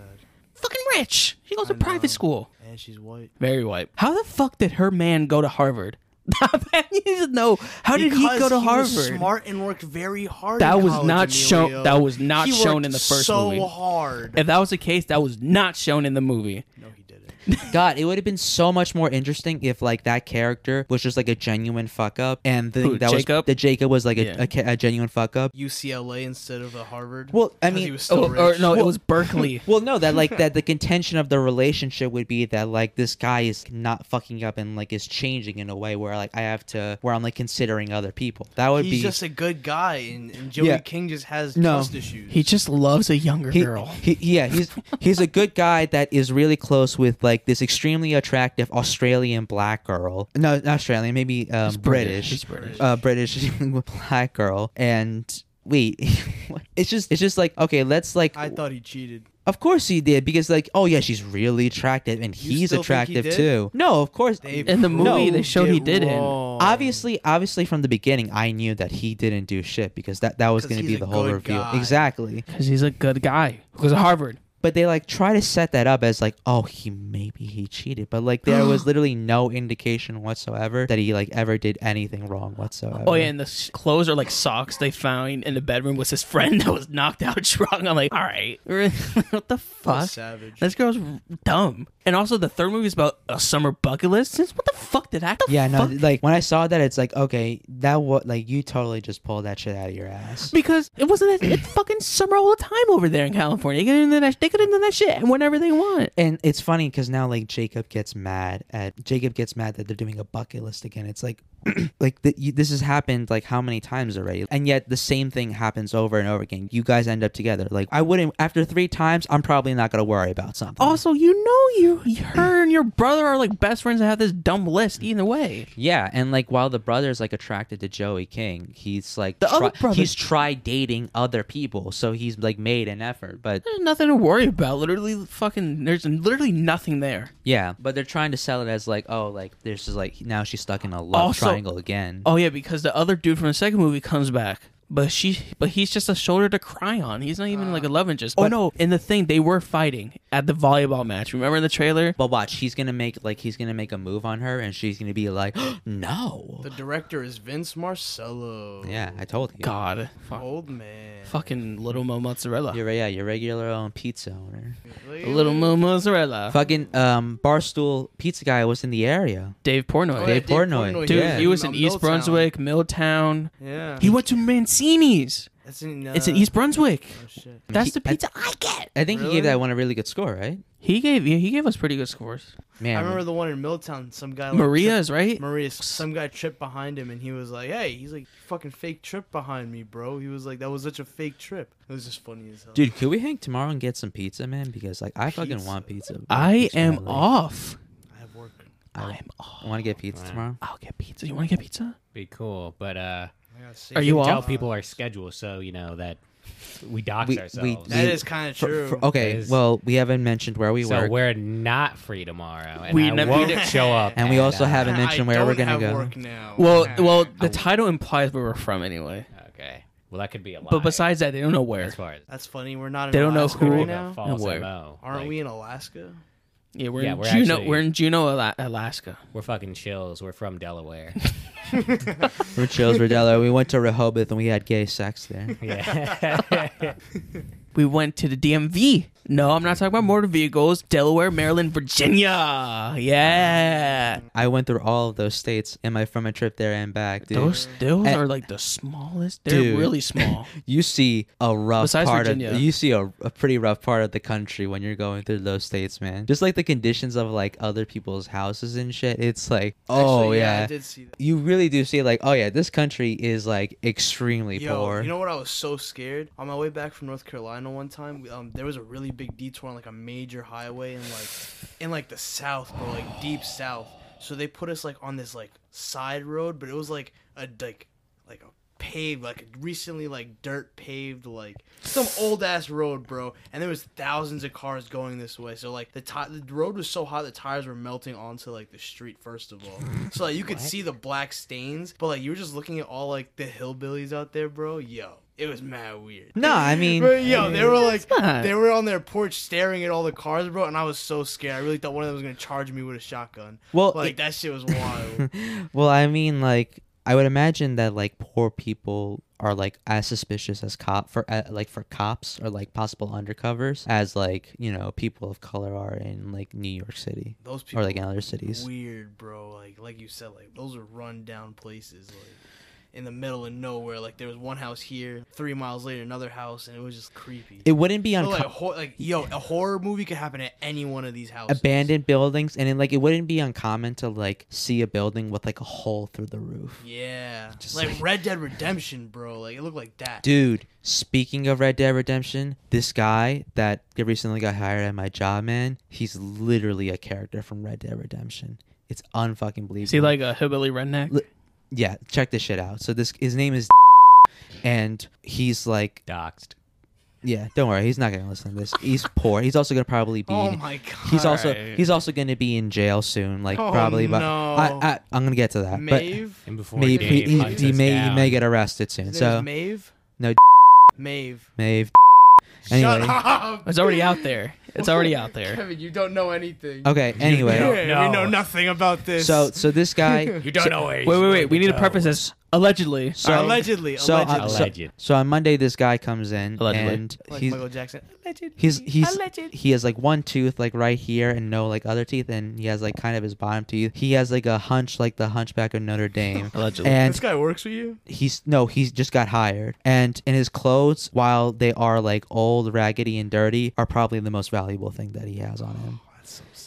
Speaker 4: fucking rich. She goes
Speaker 2: I
Speaker 4: to private
Speaker 2: know.
Speaker 4: school.
Speaker 2: And she's white.
Speaker 4: Very white. How the fuck did her man go to Harvard? [laughs] you just know how did he go
Speaker 2: Because
Speaker 4: to Harvard?
Speaker 2: was smart and worked very hard.
Speaker 4: That
Speaker 2: in
Speaker 4: was
Speaker 2: college,
Speaker 4: not shown-
Speaker 2: Emilio.
Speaker 4: that was not
Speaker 2: He
Speaker 4: shown
Speaker 2: worked
Speaker 4: in the first
Speaker 2: so
Speaker 4: movie.
Speaker 2: hard.
Speaker 4: if that was the case, that was not shown in the movie.
Speaker 2: no, he didn't.
Speaker 1: God, it would have been so much more interesting if like that character was just like a genuine fuck up, and the
Speaker 4: Who,
Speaker 1: that was
Speaker 4: Jacob?
Speaker 1: the Jacob was like a,
Speaker 4: Yeah.
Speaker 1: a, ca- a genuine fuck up.
Speaker 2: UCLA instead of the Harvard.
Speaker 1: Well, I
Speaker 2: 'Cause
Speaker 1: mean-
Speaker 2: he was still
Speaker 4: or, Oh, or
Speaker 2: rich.
Speaker 4: no, it
Speaker 1: Well-
Speaker 4: was Berkeley.
Speaker 1: Well, no, that like
Speaker 2: [laughs]
Speaker 1: that the contention of the relationship would be that like this guy is not fucking up and like is changing in a way where like I have to where I'm like considering other people. That would
Speaker 2: he's
Speaker 1: be
Speaker 2: just a good guy, and, and Joey
Speaker 1: Yeah.
Speaker 2: King just has
Speaker 1: No.
Speaker 2: trust issues.
Speaker 4: [laughs] he just loves a younger
Speaker 1: he,
Speaker 4: girl.
Speaker 1: he- yeah, he's he's a good guy that is really close with like this extremely attractive Australian black girl. No, not Australian, maybe um,
Speaker 4: He's
Speaker 1: British.
Speaker 4: He's British.
Speaker 1: uh, British [laughs] black girl, and wait, [laughs] it's just it's just like okay, let's like.
Speaker 2: I thought he cheated.
Speaker 1: of course he did because like oh yeah, she's really attractive and
Speaker 2: You
Speaker 1: he's
Speaker 2: still think he
Speaker 1: attractive
Speaker 2: did?
Speaker 1: too. No, of course.
Speaker 2: They
Speaker 4: In the movie, they
Speaker 2: proved
Speaker 4: showed he
Speaker 2: it
Speaker 4: didn't.
Speaker 2: wrong.
Speaker 1: Obviously, obviously from the beginning, I knew that he didn't do shit because that that was
Speaker 2: 'Cause
Speaker 1: going to
Speaker 2: he's
Speaker 1: be
Speaker 2: a
Speaker 1: the whole
Speaker 2: good
Speaker 1: reveal.
Speaker 2: guy.
Speaker 1: Exactly.
Speaker 4: Because he's a good guy. Who goes to Harvard.
Speaker 1: But they like try to set that up as like oh he maybe he cheated, but like there
Speaker 2: [gasps]
Speaker 1: was literally no indication whatsoever that he like ever did anything wrong whatsoever.
Speaker 4: Oh yeah, and the s- clothes are like socks they found in the bedroom was his friend that was knocked out [laughs] drunk. I'm like, all right, [laughs] what the fuck?
Speaker 2: savage.
Speaker 4: This girl's dumb. And also, the third movie is about a summer bucket list. Since what the fuck did that? the
Speaker 1: Yeah, no,
Speaker 4: fuck?
Speaker 1: like when I saw that, it's like, okay, that what, like, you totally just pulled that shit out of your ass.
Speaker 4: because it wasn't. [clears throat] It's fucking summer all the time over there in California. They could do that. They could do that shit whenever they want.
Speaker 1: And it's funny because now, like, Jacob gets mad at Jacob gets mad that they're doing a bucket list again. It's like, [clears throat] like, th- you, this has happened like how many times already, and yet the same thing happens over and over again. You guys end up together. Like, I wouldn't after three times, I'm probably not gonna worry about something.
Speaker 4: Also, you know, you, you- her and your brother are like best friends and have this dumb list. Either way,
Speaker 1: Yeah, and like while the brother's like attracted to Joey King, he's like
Speaker 4: The other brother-
Speaker 1: he's tried dating other people, so he's like made an effort, but
Speaker 4: there's nothing to worry about. Literally, fucking, there's literally nothing there.
Speaker 1: Yeah, but they're trying to sell it as like, oh, like there's just like now she's stuck in a love
Speaker 4: Also-
Speaker 1: triangle again.
Speaker 4: Oh yeah, because the other dude from the second movie comes back, but she, but he's just a shoulder to cry on. He's not even like a love interest. Oh no! In the thing, they were fighting at the volleyball match. Remember in the trailer?
Speaker 1: But watch, he's gonna make like he's gonna make a move on her, and she's gonna be like, [gasps] no.
Speaker 2: The director is Vince Marcello.
Speaker 1: Yeah, I told you.
Speaker 4: God, fuck,
Speaker 2: Old man.
Speaker 4: fucking little mo mozzarella,
Speaker 1: You're yeah, your regular own pizza owner.
Speaker 2: Look at
Speaker 4: little
Speaker 2: him.
Speaker 4: mo mozzarella.
Speaker 1: Fucking um, barstool pizza guy was in the area.
Speaker 4: Dave Portnoy.
Speaker 2: Oh,
Speaker 1: Dave
Speaker 2: yeah,
Speaker 1: Portnoy.
Speaker 4: Dude,
Speaker 1: yeah.
Speaker 4: he was in
Speaker 2: Milltown.
Speaker 4: East Brunswick, Milltown.
Speaker 2: Yeah.
Speaker 4: He went to Mancini's.
Speaker 2: That's in, uh,
Speaker 4: It's in East Brunswick.
Speaker 2: Oh, shit.
Speaker 4: That's the
Speaker 1: I-
Speaker 4: pizza I get.
Speaker 1: I think he
Speaker 2: Really?
Speaker 1: gave that one a really good score, right?
Speaker 4: He gave yeah, he gave us pretty good scores.
Speaker 1: Man,
Speaker 2: I remember the one in Milltown. Some guy. Like,
Speaker 4: Maria's
Speaker 2: tripped-
Speaker 4: right.
Speaker 2: Maria. Some guy tripped behind him, and he was like, "Hey, he's like fucking fake trip behind me, bro." He was like, "That was such a fake trip." It was just funny as hell.
Speaker 1: dude, could we hang tomorrow and get some pizza, man? Because like I fucking want pizza.
Speaker 4: I am
Speaker 1: all.
Speaker 4: off.
Speaker 2: I have work.
Speaker 4: I'm off.
Speaker 1: Want to get pizza
Speaker 3: Wow.
Speaker 1: tomorrow?
Speaker 4: I'll get pizza. You want to get pizza?
Speaker 3: Be cool, but uh,
Speaker 2: I gotta save
Speaker 4: Are you
Speaker 2: some
Speaker 3: tell
Speaker 4: off?
Speaker 2: time.
Speaker 3: people our schedule so you know that we dox
Speaker 1: We- we-
Speaker 3: ourselves.
Speaker 2: That
Speaker 1: we-
Speaker 2: is kind of
Speaker 1: For-
Speaker 2: true.
Speaker 1: for- oh, okay,
Speaker 3: Is-
Speaker 1: well, we haven't mentioned where we
Speaker 3: so
Speaker 1: work.
Speaker 3: we're not free tomorrow, and
Speaker 4: We
Speaker 3: we I
Speaker 4: never- we
Speaker 3: won't
Speaker 4: didn't-
Speaker 3: show up.
Speaker 1: And we also
Speaker 3: uh,
Speaker 1: haven't mentioned where we're
Speaker 2: don't
Speaker 1: gonna
Speaker 2: have
Speaker 1: go.
Speaker 2: Work now.
Speaker 4: Well, well, the title implies where we're from anyway.
Speaker 3: Okay, well that could be a lie.
Speaker 4: But besides that, they don't know where.
Speaker 3: as far as
Speaker 2: that's funny. We're not. In
Speaker 4: They don't know
Speaker 2: Alaska
Speaker 4: who-
Speaker 2: right
Speaker 3: the
Speaker 2: now.
Speaker 3: false
Speaker 4: And where.
Speaker 3: MO,
Speaker 2: Aren't
Speaker 3: like,
Speaker 2: we in Alaska?
Speaker 4: Yeah, we're
Speaker 3: Yeah,
Speaker 4: in
Speaker 3: we're
Speaker 4: Juneau.
Speaker 3: actually-
Speaker 4: We're in Juneau, Ala- Alaska.
Speaker 3: We're fucking chills. We're from Delaware.
Speaker 1: We're chills, we're Delaware. We went to Rehoboth and we had gay sex there.
Speaker 3: yeah.
Speaker 4: We went to the DMV. No, I'm not talking about motor vehicles. Delaware, Maryland, Virginia. Yeah,
Speaker 1: I went through all of those states and my from a trip there and back, dude.
Speaker 4: those those
Speaker 1: And-
Speaker 4: are like the smallest. They're
Speaker 1: Dude. [laughs]
Speaker 4: really small.
Speaker 1: you see a rough
Speaker 4: Besides
Speaker 1: part
Speaker 4: Virginia.
Speaker 1: of you see a, a pretty rough part of the country when you're going through those states, man. Just like the conditions of like other people's houses and shit. It's like, oh
Speaker 2: Actually,
Speaker 1: yeah.
Speaker 2: I did see that.
Speaker 1: you really do see like, oh yeah, this country is like extremely
Speaker 2: Yo,
Speaker 1: poor.
Speaker 2: you know what? I was so scared on my way back from North Carolina one time. we- Um, there was a really big detour on like a major highway in like in like the south, bro, like deep south. So they put us like on this like side road, but it was like a like like a paved like a recently like dirt paved like some old ass road, bro. And there was thousands of cars going this way. So like the ti- the road was so hot the tires were melting onto like the street first of all. So like you could see the black stains, but like you were just looking at all like the hillbillies out there, bro. Yo. It was mad weird.
Speaker 1: No, I mean,
Speaker 2: But, yo, they were like,
Speaker 4: not.
Speaker 2: they were on their porch staring at all the cars, bro, and I was so scared. I really thought one of them was gonna charge me with a shotgun.
Speaker 1: well,
Speaker 2: Like
Speaker 1: it-
Speaker 2: that shit
Speaker 1: [laughs]
Speaker 2: was wild.
Speaker 1: well, I mean, like, I would imagine that like poor people are like as suspicious as cop for uh, like for cops or like possible undercovers as like you know people of color are in like New York City
Speaker 2: Those people
Speaker 1: or like in other cities.
Speaker 2: weird, bro. Like like you said, like those are run down places, like in the middle of nowhere. Like there was one house here, three miles later, another house, and it was just creepy.
Speaker 1: It wouldn't be
Speaker 2: But, like,
Speaker 1: uncomfortable.
Speaker 2: hor- like yo, a horror movie could happen at any one of these houses.
Speaker 1: abandoned buildings and it, like it wouldn't be uncommon to like see a building with like a hole through the roof
Speaker 2: Yeah,
Speaker 1: Just
Speaker 2: like,
Speaker 1: like-
Speaker 2: Red Dead Redemption, bro. Like it looked like that.
Speaker 1: dude speaking of red dead redemption this guy that recently got hired at my job man he's literally a character from red dead redemption it's unfucking believable
Speaker 4: Is he like a hillbilly redneck?
Speaker 1: Li- yeah check this shit out so this his name is [laughs] and he's like
Speaker 3: Doxed.
Speaker 1: yeah don't worry he's not gonna listen to this
Speaker 2: [laughs]
Speaker 1: he's poor he's also gonna probably be
Speaker 2: oh
Speaker 1: in-
Speaker 2: my god.
Speaker 1: He's also
Speaker 4: Alright.
Speaker 1: he's also gonna be in jail soon, like
Speaker 2: Oh,
Speaker 1: probably. But
Speaker 2: no.
Speaker 1: I, I I'm gonna get to that. but-
Speaker 2: Maeve.
Speaker 3: And before
Speaker 1: May,
Speaker 3: Dave
Speaker 1: he,
Speaker 3: hunts
Speaker 1: he
Speaker 3: us
Speaker 1: may he
Speaker 3: down,
Speaker 1: may get arrested soon.
Speaker 2: His
Speaker 1: So
Speaker 2: name's Maeve.
Speaker 1: no,
Speaker 2: Maeve.
Speaker 1: Maeve.
Speaker 2: [laughs] Shut
Speaker 1: Anyway.
Speaker 2: up.
Speaker 4: It's already out there. It's already
Speaker 2: [laughs]
Speaker 4: out there.
Speaker 2: Kevin, you don't know anything.
Speaker 1: Okay. Anyway,
Speaker 2: Yeah,
Speaker 3: No.
Speaker 2: we know nothing about this.
Speaker 1: so so this guy.
Speaker 3: You don't know where he's
Speaker 4: Wait, wait, wait.
Speaker 3: going
Speaker 4: We need to
Speaker 3: go.
Speaker 4: preface this allegedly.
Speaker 1: So
Speaker 2: [laughs] allegedly,
Speaker 1: so, uh,
Speaker 2: allegedly.
Speaker 1: so
Speaker 3: Alleged.
Speaker 1: so on Monday this guy comes in
Speaker 4: Allegedly.
Speaker 1: and
Speaker 2: like
Speaker 1: he's
Speaker 2: Michael Jackson. Alleged.
Speaker 1: he's he's
Speaker 2: Alleged.
Speaker 1: he has like one tooth like right here and no like other teeth and he has like kind of his bottom teeth. He has like a hunch like the Hunchback of Notre Dame.
Speaker 4: [laughs] Allegedly.
Speaker 1: And
Speaker 2: This guy works for you.
Speaker 1: he's no he's just got hired and in his clothes while they are like old raggedy and dirty are probably the most valuable thing that he has on him Oh,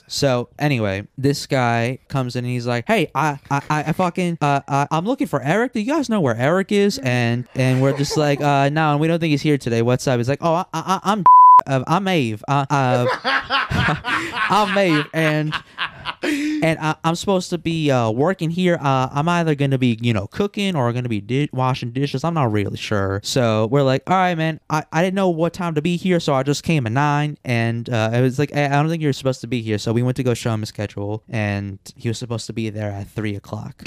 Speaker 1: so anyway this guy comes in and he's like hey i i i I fucking uh, uh i'm looking for eric do you guys know where eric is and and we're just like uh no and we don't think he's here today what's up he's like oh i, I i'm uh, I'm Maeve. Uh, uh, [laughs] I'm Maeve, and and I, I'm supposed to be uh, working here. Uh, I'm either gonna be you know cooking or gonna be di- washing dishes. I'm not really sure. So we're like, all right, man. I, I didn't know what time to be here, so I just came at nine, and uh, I was like, "Hey, I don't think you're supposed to be here. So we went to go show him his schedule, and he was supposed to be there at three o'clock.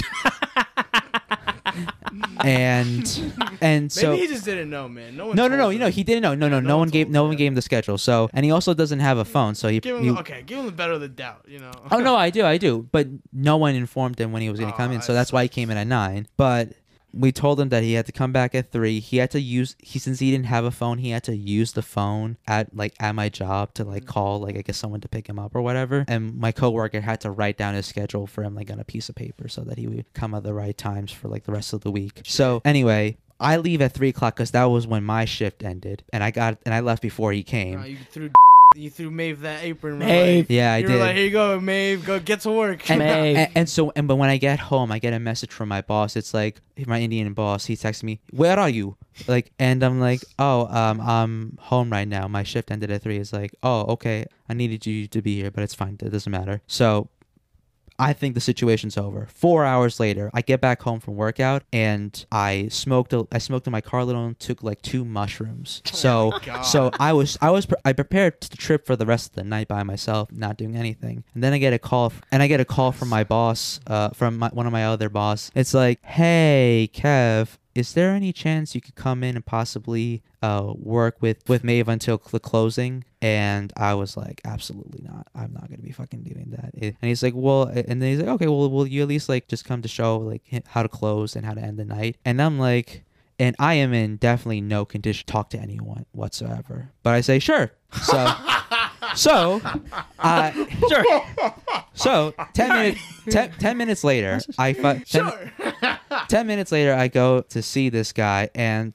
Speaker 1: and and
Speaker 2: Maybe
Speaker 1: so
Speaker 2: he just didn't know, man. No one.
Speaker 1: no, no,
Speaker 2: told
Speaker 1: no.
Speaker 2: him.
Speaker 1: You know, he didn't know. No, no,
Speaker 2: no
Speaker 1: no,
Speaker 2: one
Speaker 1: one gave
Speaker 2: told
Speaker 1: no
Speaker 2: him,
Speaker 1: one
Speaker 2: yeah.
Speaker 1: gave him the schedule. So, and he also doesn't have a phone. So he.
Speaker 2: Give him
Speaker 1: he-
Speaker 2: the, okay. Give him the better of the doubt. You know.
Speaker 1: oh no, I do, I do. But no one informed him when he was going to
Speaker 2: Aw,
Speaker 1: come in. So
Speaker 2: Oh, that
Speaker 1: that's why he came in at nine. But we told him that he had to come back at three. He had to use he since he didn't have a phone. He had to use the phone at like at my job to
Speaker 2: Mm.
Speaker 1: like call like I guess someone to pick him up or whatever. And my coworker had to write down his schedule for him like on a piece of paper so that he would come at the right times for like the rest of the week. So anyway. I leave at three o'clock because that was when my shift ended, and I got and I left before he came.
Speaker 2: [laughs] Nah, you threw. You threw Maeve that apron. right?
Speaker 4: Maeve.
Speaker 1: Yeah, I
Speaker 2: you
Speaker 1: did.
Speaker 2: were like, here you go, Maeve. Go get to work. [laughs]
Speaker 1: And,
Speaker 4: Meg.
Speaker 1: and, and so, and but when I get home, I get a message from my boss. It's like my Indian boss. He texts me, "Where are you?" Like, and I'm like, "Oh, um, I'm home right now. My shift ended at three. It's like, "Oh, okay. I needed you to be here, but it's fine. It doesn't matter." So, I think the situation's over. Four hours later, I get back home from workout and I smoked. A, I smoked in my car a little and took like two mushrooms. So,
Speaker 2: God.
Speaker 1: so I was I was pre- I prepared to trip for the rest of the night by myself, not doing anything. And then I get a call, f- and I get a call from my boss, uh, from my, one of my other boss. It's like, hey, Kev. Is there any chance you could come in and possibly uh, work with, with Maeve until the closing? And I was like, absolutely not. I'm not gonna be fucking doing that. It- And he's like, well, and then he's like, okay, well, will you at least like just come to show like h- how to close and how to end the night? And I'm like, and I am in definitely no condition to talk to anyone whatsoever. But I say sure. So, so, uh,
Speaker 4: Sure.
Speaker 1: so ten minutes, ten, 10 minutes later, I fu- ten,
Speaker 2: Sure. [laughs]
Speaker 1: 10 minutes later, I go to see this guy and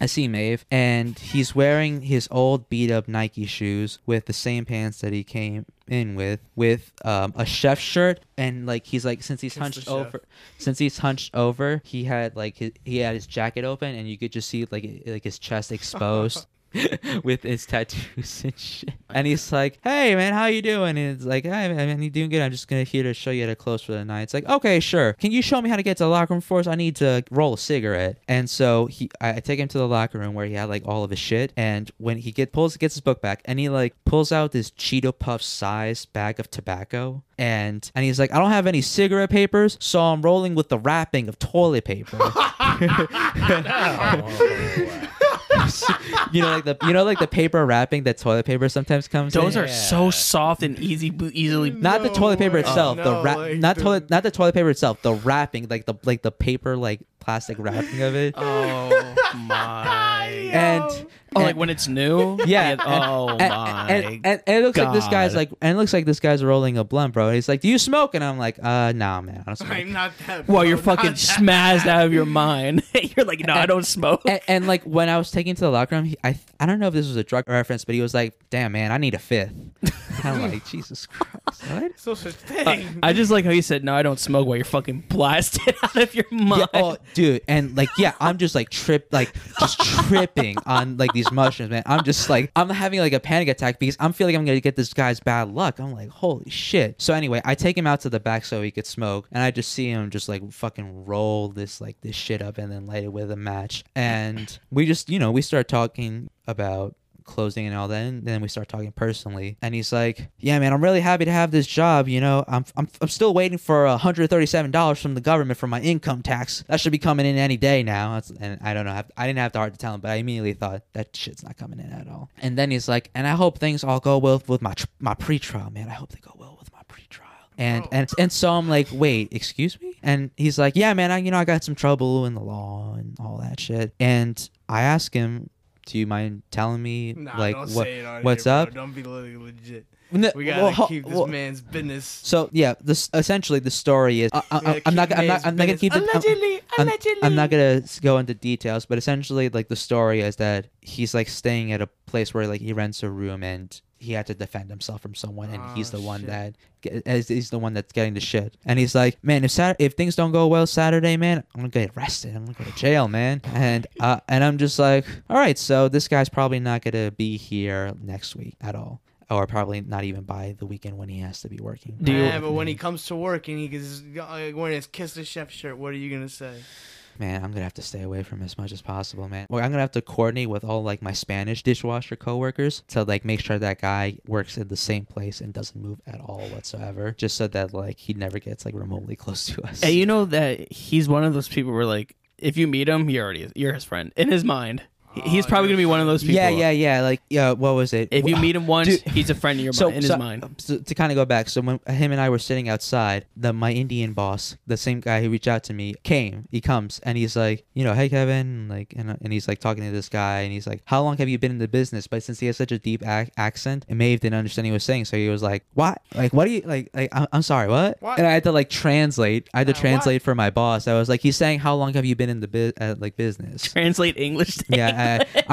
Speaker 1: I see Maeve, and he's wearing his old beat up Nike shoes with the same pants that he came in with, with um, a chef shirt, and like he's like since he's
Speaker 2: Kiss the
Speaker 1: hunched
Speaker 2: chef.
Speaker 1: over, since he's hunched over, he had like his, he had his jacket open, and you could just see like it- like his
Speaker 2: [laughs]
Speaker 1: chest exposed. [laughs] with his tattoos and shit, and he's like, "Hey man, how you doing?" And it's like, "Hey man, you doing good? I'm just gonna here to show you how to close for the night." It's like, "Okay, sure. Can you show me how to get to the locker room first? I need to roll a cigarette." And so he, I, I take him to the locker room where he had like all of his shit, and when he get pulls gets his book back, and he like pulls out this Cheeto Puff sized bag of tobacco, and and he's like, "I don't have any cigarette papers, so I'm rolling with the wrapping of toilet paper."
Speaker 3: Oh, wow.
Speaker 1: you know, like the you know, like the paper wrapping that toilet paper sometimes comes.
Speaker 4: Those
Speaker 1: in?
Speaker 4: are so soft and easy,
Speaker 1: [laughs]
Speaker 4: easily.
Speaker 1: not the
Speaker 2: No
Speaker 1: toilet paper
Speaker 2: way.
Speaker 1: itself. the
Speaker 2: No,
Speaker 1: wrap,
Speaker 2: like
Speaker 1: not
Speaker 2: the-
Speaker 1: toilet, not the toilet paper itself. The wrapping, like the like the paper, like plastic wrapping of it.
Speaker 4: Oh my!
Speaker 1: and
Speaker 2: [laughs]
Speaker 4: Oh,
Speaker 1: and-
Speaker 4: like when it's new.
Speaker 1: yeah. and-
Speaker 4: And- oh
Speaker 1: and-
Speaker 4: my!
Speaker 1: And, and, and it looks like this guy's
Speaker 4: God.
Speaker 1: like, and it looks like this guy's rolling a blunt, bro. And he's like, "Do you smoke?" And I'm like, "Uh, nah, man, I don't smoke."
Speaker 2: I'm not that.
Speaker 4: well,
Speaker 2: bro,
Speaker 4: you're
Speaker 2: not [laughs]
Speaker 4: fucking
Speaker 2: that.
Speaker 4: smashed out of your mind. [laughs] you're like, no, I don't smoke.
Speaker 1: and, and like when I was taken to the locker room, he, I I don't know if this was a drug reference, but he was like, "Damn, man, I need a fifth. I'm like, "Jesus Christ!" What?
Speaker 2: It's no such thing. [laughs]
Speaker 4: I just like how you said, no, I don't smoke. While you're fucking blasted [laughs] out of your
Speaker 1: Yeah,
Speaker 4: mind.
Speaker 1: oh, dude, and like, yeah, I'm just like trip, like just tripping on like these mushrooms, man. I'm just like, I'm having like a panic attack because I'm feeling I'm gonna get this guy's bad luck. I'm like, holy shit. So anyway, I take him out to the back so he could smoke, and I just see him just like fucking roll this like this shit up and then light it with a match, and we just, you know, we start talking about closing and all that and then we start talking personally and he's like yeah man i'm really happy to have this job you know i'm, I'm, I'm still waiting for uh, $137 from the government for my income tax that should be coming in any day now That's- and i don't know I- i didn't have the heart to tell him but i immediately thought that shit's not coming in at all and then he's like and i hope things all go well with my tr- my pre-trial man i hope they go well with my pre-trial and and and so I'm like, wait, excuse me? And he's like, yeah, man, I you know I got some trouble in the law and all that shit. And I ask him, do you mind telling me
Speaker 2: Nah,
Speaker 1: like
Speaker 2: don't
Speaker 1: what
Speaker 2: say it on
Speaker 1: what's
Speaker 2: here, bro.
Speaker 1: up?
Speaker 2: Don't be le- legit.
Speaker 1: No,
Speaker 2: We gotta
Speaker 1: well, ho-
Speaker 2: keep this
Speaker 1: well,
Speaker 2: man's business.
Speaker 1: So yeah, this essentially the story is I,
Speaker 2: We gotta
Speaker 1: I, I'm not
Speaker 2: keep
Speaker 1: I'm not
Speaker 2: man's
Speaker 1: I'm not gonna
Speaker 2: business.
Speaker 1: keep the, I'm-
Speaker 2: allegedly.
Speaker 1: I'm,
Speaker 2: allegedly.
Speaker 1: I'm not gonna s- go into details, but essentially, like the story is that he's like staying at a place where like he rents a room and he had to defend himself from someone, and he's
Speaker 2: Oh,
Speaker 1: the one
Speaker 2: shit.
Speaker 1: that ge- is he's the one that's getting the shit. And he's like, man, if Sat- if things don't go well Saturday, man, I'm gonna get arrested. I'm gonna go to jail, man. And uh, and I'm just like, all right, so this guy's probably not gonna be here next week at all. Or probably not even by the weekend when he has to be working.
Speaker 4: Do you-
Speaker 2: yeah, but when he comes to work and he is uh, wearing his Kiss the Chef shirt, what are you gonna say?
Speaker 1: Man, I'm gonna have to stay away from as much as possible, man. Or I'm gonna have to coordinate with all like my Spanish dishwasher coworkers to like make sure that guy works in the same place and doesn't move at all whatsoever, just so that like he never gets like remotely [laughs] close to us.
Speaker 4: And you know that he's one of those people where, like, if you meet him, you already you're his friend in his mind. he- He's
Speaker 2: Oh,
Speaker 4: probably
Speaker 2: you're
Speaker 4: gonna be one of those people.
Speaker 1: yeah, yeah, yeah. Like, yeah. What was it?
Speaker 4: If you
Speaker 1: Wha-
Speaker 4: meet him once,
Speaker 1: Dude.
Speaker 4: he's a friend in your mind, in his mind.
Speaker 1: so to kind of go back, so when him and I were sitting outside, the my Indian boss, the same guy who reached out to me, came. He comes and he's like, you know, hey Kevin, like, and, and he's like talking to this guy, and he's like, how long have you been in the business? But since he has such a deep ac- accent, and Maeve didn't understand what he was saying, so he was like, what? Like, what do you like? Like, I'm, I'm sorry, what?
Speaker 2: What?
Speaker 1: And I had to like translate. I had to
Speaker 2: Uh, what?
Speaker 1: translate for my boss. I was like, he's saying, how long have you been in the bu- uh, like business?
Speaker 2: [laughs]
Speaker 4: Translate English. To
Speaker 1: yeah, I,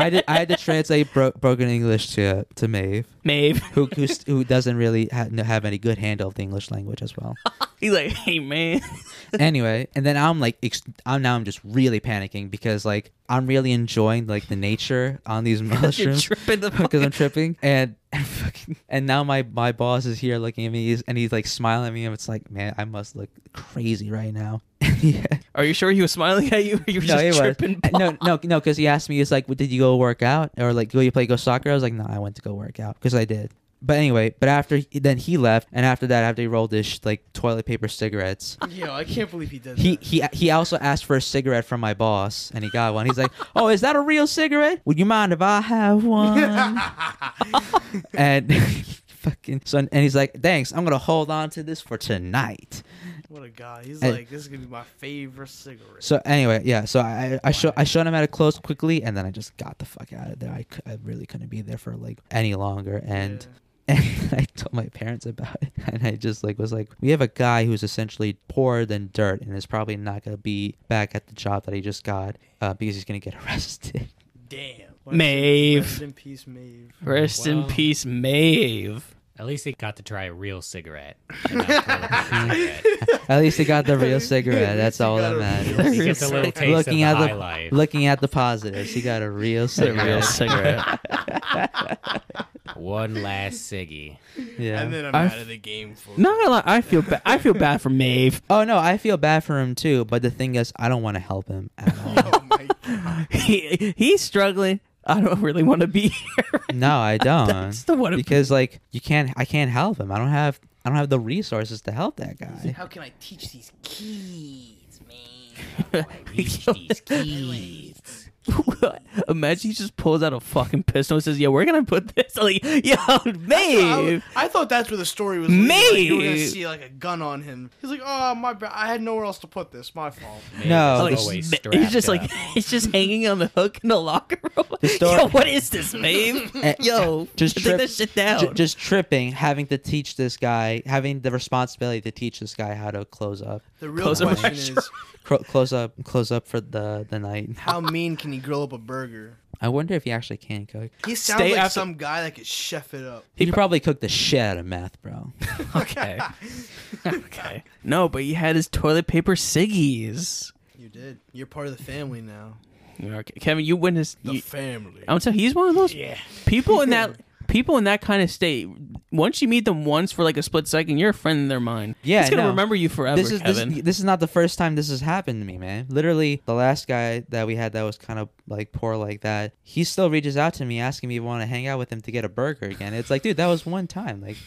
Speaker 1: I, did, I had to translate bro- broken English to to Maeve
Speaker 4: [laughs] Maeve.
Speaker 1: who who, st- who doesn't really ha- n- have any good handle of the English language as well.
Speaker 4: [laughs]
Speaker 1: [laughs]
Speaker 4: He's like, hey man. [laughs]
Speaker 1: anyway, and then I'm like, ex- I'm now I'm just really panicking because like I'm really enjoying like the nature on these
Speaker 4: You're
Speaker 1: mushrooms
Speaker 4: tripping the
Speaker 1: [laughs]
Speaker 4: fuck.
Speaker 1: because I'm tripping and. And, fucking, and now my, my boss is here looking at me he's, and he's like smiling at me and it's like man I must look crazy right now [laughs] yeah.
Speaker 4: Are you sure he was smiling at you? [laughs] Or you were just
Speaker 1: he was.
Speaker 4: tripping.
Speaker 1: Uh, no no no because he asked me he's like well, did you go work out or like go you play go soccer I was like no I went to go work out because I did but anyway but after he, then he left and after that after he rolled his like toilet paper cigarettes
Speaker 2: [laughs] Yo, I can't believe he did
Speaker 1: he
Speaker 2: that.
Speaker 1: he he also asked for a cigarette from my boss and he got one he's like oh is that a real cigarette would you mind if I have one
Speaker 4: [laughs]
Speaker 1: and [laughs] fucking so and he's like thanks I'm gonna hold on to this for tonight
Speaker 2: what a guy. He's
Speaker 1: And-
Speaker 2: like, this is gonna be my favorite cigarette.
Speaker 1: So anyway, yeah. So I I, show, I showed him how to close quickly, and then I just got the fuck out of there. I, cou- I really couldn't be there for like any longer, and [laughs] and I told my parents about it, [laughs] and I just like was like, we have a guy who's essentially poorer than dirt, and is probably not gonna be back at the job that he just got uh, because he's gonna get [laughs] arrested.
Speaker 2: damn. Rest in-
Speaker 4: Maeve.
Speaker 2: Rest in peace, Maeve.
Speaker 4: Rest in
Speaker 3: Wow.
Speaker 4: peace, Maeve.
Speaker 3: At least he got to try a real cigarette. and not a toilet cigarette.
Speaker 1: At least he
Speaker 3: [laughs]
Speaker 1: got the real
Speaker 2: At
Speaker 1: cigarette. That's
Speaker 2: least he
Speaker 1: all
Speaker 2: got
Speaker 1: that
Speaker 2: a real
Speaker 1: matters.
Speaker 3: He gets a little taste
Speaker 1: [laughs] Looking
Speaker 3: of
Speaker 1: at
Speaker 3: the
Speaker 1: the
Speaker 3: high life.
Speaker 1: looking at the positives, he got [laughs] a real
Speaker 4: A
Speaker 1: cigarette.
Speaker 4: real cigarette.
Speaker 3: [laughs] One last ciggy.
Speaker 1: yeah.
Speaker 2: And then I'm
Speaker 4: I-
Speaker 2: out of the game for
Speaker 4: Not gonna lie, I feel bad. I feel bad for Maeve. [laughs]
Speaker 1: Oh no, I feel bad for him too, but the thing is I don't want to help him at all.
Speaker 2: [laughs]
Speaker 4: [laughs]
Speaker 2: Oh my god.
Speaker 4: He, he's struggling. I don't really want to be [laughs] here.
Speaker 1: no, I don't.
Speaker 4: That's the one.
Speaker 1: because like you can't I can't help him. I don't have I don't have the resources to help that guy.
Speaker 2: How can I teach these kids, man?
Speaker 4: [laughs]
Speaker 3: Reach these keys.
Speaker 4: Imagine he just pulls out a fucking pistol and says, "Yeah, we're gonna put this." Like, yo, [laughs]
Speaker 2: I,
Speaker 4: Maeve.
Speaker 2: I thought that's where the story was. leading, like, you were gonna
Speaker 4: Mate.
Speaker 2: see like a gun on him. He's like, "Oh my bad, I had nowhere else to put this. My fault."
Speaker 1: No,
Speaker 3: Like,
Speaker 1: this-
Speaker 3: always
Speaker 4: He's
Speaker 3: strapped
Speaker 4: just like [laughs]
Speaker 3: up.
Speaker 4: he's just hanging on the hook in the locker room. [laughs]
Speaker 1: story-
Speaker 4: Yo, what is this, Maeve?
Speaker 1: Eh,
Speaker 4: Yo,
Speaker 1: Just
Speaker 4: take
Speaker 1: trip-
Speaker 4: this
Speaker 1: J-
Speaker 4: shit down.
Speaker 1: just tripping, having to teach this guy, having the responsibility to teach this guy how to close up,
Speaker 2: The real
Speaker 4: Close up my
Speaker 2: question is,
Speaker 1: Cro- close up, close up for the the night.
Speaker 2: how mean can he grill up a burger?
Speaker 1: I wonder if he actually can cook.
Speaker 2: He sounds
Speaker 4: Stay
Speaker 2: like
Speaker 4: after-
Speaker 2: some guy that could chef it up.
Speaker 1: He probably cooked the shit out of meth, bro.
Speaker 3: [laughs]
Speaker 4: okay. okay. No, but he had his toilet paper ciggies.
Speaker 2: You did. You're part of the family now.
Speaker 4: Okay. Kevin, you witnessed.
Speaker 2: The
Speaker 4: You,
Speaker 2: family.
Speaker 4: I'm telling he's one of those
Speaker 2: yeah.
Speaker 4: people in that people in that kind of state. Once you meet them once for like a split second, you're a friend in their mind.
Speaker 1: Yeah,
Speaker 4: he's gonna
Speaker 1: no.
Speaker 4: remember you forever,
Speaker 1: This is, this,
Speaker 4: Kevin.
Speaker 1: is- this is not the first time this has happened to me, man. Literally, the last guy that we had that was kind of like poor like that, he still reaches out to me asking me if I want to hang out with him to get a burger again. It's like, dude, that was one time.
Speaker 4: [laughs]
Speaker 1: Like,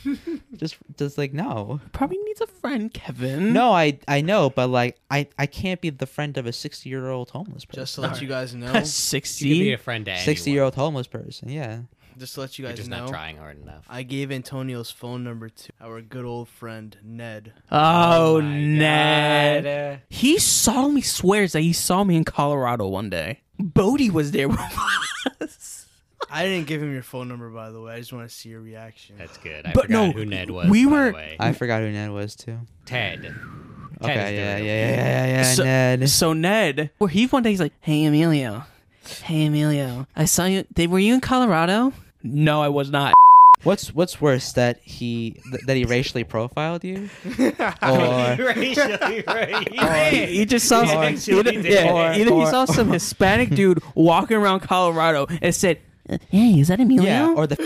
Speaker 1: just just like no,
Speaker 4: Probably needs a friend, Kevin. [laughs]
Speaker 1: no, I I know, but like I I can't be the friend of a sixty year old homeless person.
Speaker 2: Just to let you guys know.
Speaker 4: a
Speaker 3: You could be
Speaker 4: sixty.
Speaker 3: a friend to
Speaker 1: sixty year old homeless person. Yeah.
Speaker 2: Just to let you
Speaker 3: You're
Speaker 2: guys
Speaker 3: just
Speaker 2: know.
Speaker 3: not trying hard enough.
Speaker 2: I gave Antonio's phone number to our good old friend Ned.
Speaker 4: Oh,
Speaker 3: my
Speaker 4: Ned.
Speaker 3: God.
Speaker 4: He solemnly swears that he saw me in Colorado one day. Bodie was there with us.
Speaker 2: I didn't give him your phone number, by the way. I just want to see your reaction.
Speaker 3: That's good. I
Speaker 4: But
Speaker 3: forgot
Speaker 4: no,
Speaker 3: who Ned was.
Speaker 4: we
Speaker 3: by the
Speaker 4: were-
Speaker 3: way.
Speaker 1: I forgot who Ned was too.
Speaker 3: Ted. Ted is
Speaker 1: Okay,
Speaker 3: the
Speaker 1: yeah, yeah,
Speaker 3: real-
Speaker 1: yeah, yeah, yeah,
Speaker 4: So- [laughs]
Speaker 1: Ned.
Speaker 4: So Ned, where he one day he's like, "Hey Emilio, hey Emilio, I saw you. They, were you in Colorado? No, I was not.
Speaker 1: What's what's worse that he th- that he racially profiled
Speaker 4: [laughs]
Speaker 1: you,
Speaker 3: [laughs]
Speaker 1: or
Speaker 3: Racially
Speaker 4: he,
Speaker 1: Oh,
Speaker 3: right.
Speaker 4: he just saw
Speaker 1: Or-
Speaker 4: either,
Speaker 3: Yeah,
Speaker 1: or-
Speaker 4: either he
Speaker 1: or-
Speaker 4: saw [laughs] some Hispanic dude walking around Colorado and said, "Uh, "Hey, is that Emilio?
Speaker 1: yeah, or the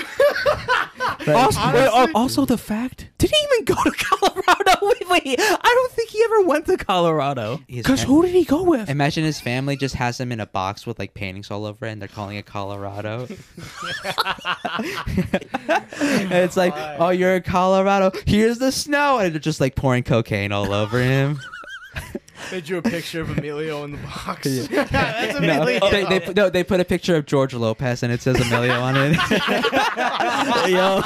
Speaker 4: also, wait, al- also the fact did he even go to [laughs] Colorado? Wait, wait, I don't think he ever went to Colorado.
Speaker 1: He's
Speaker 4: Because
Speaker 1: kind-
Speaker 4: who did he go with?
Speaker 1: Imagine his family just has him in a box with like paintings all over it and they're calling it Colorado. [laughs] And it's like, oh, you're in Colorado. Here's the snow. And they're just like pouring cocaine all over him.
Speaker 2: They drew a picture of Emilio in the [laughs] box. That's
Speaker 1: [laughs] No,
Speaker 2: Emilio.
Speaker 1: they, they, put- no, they put a picture of George Lopez and it says Emilio on it. [laughs]
Speaker 4: Yo,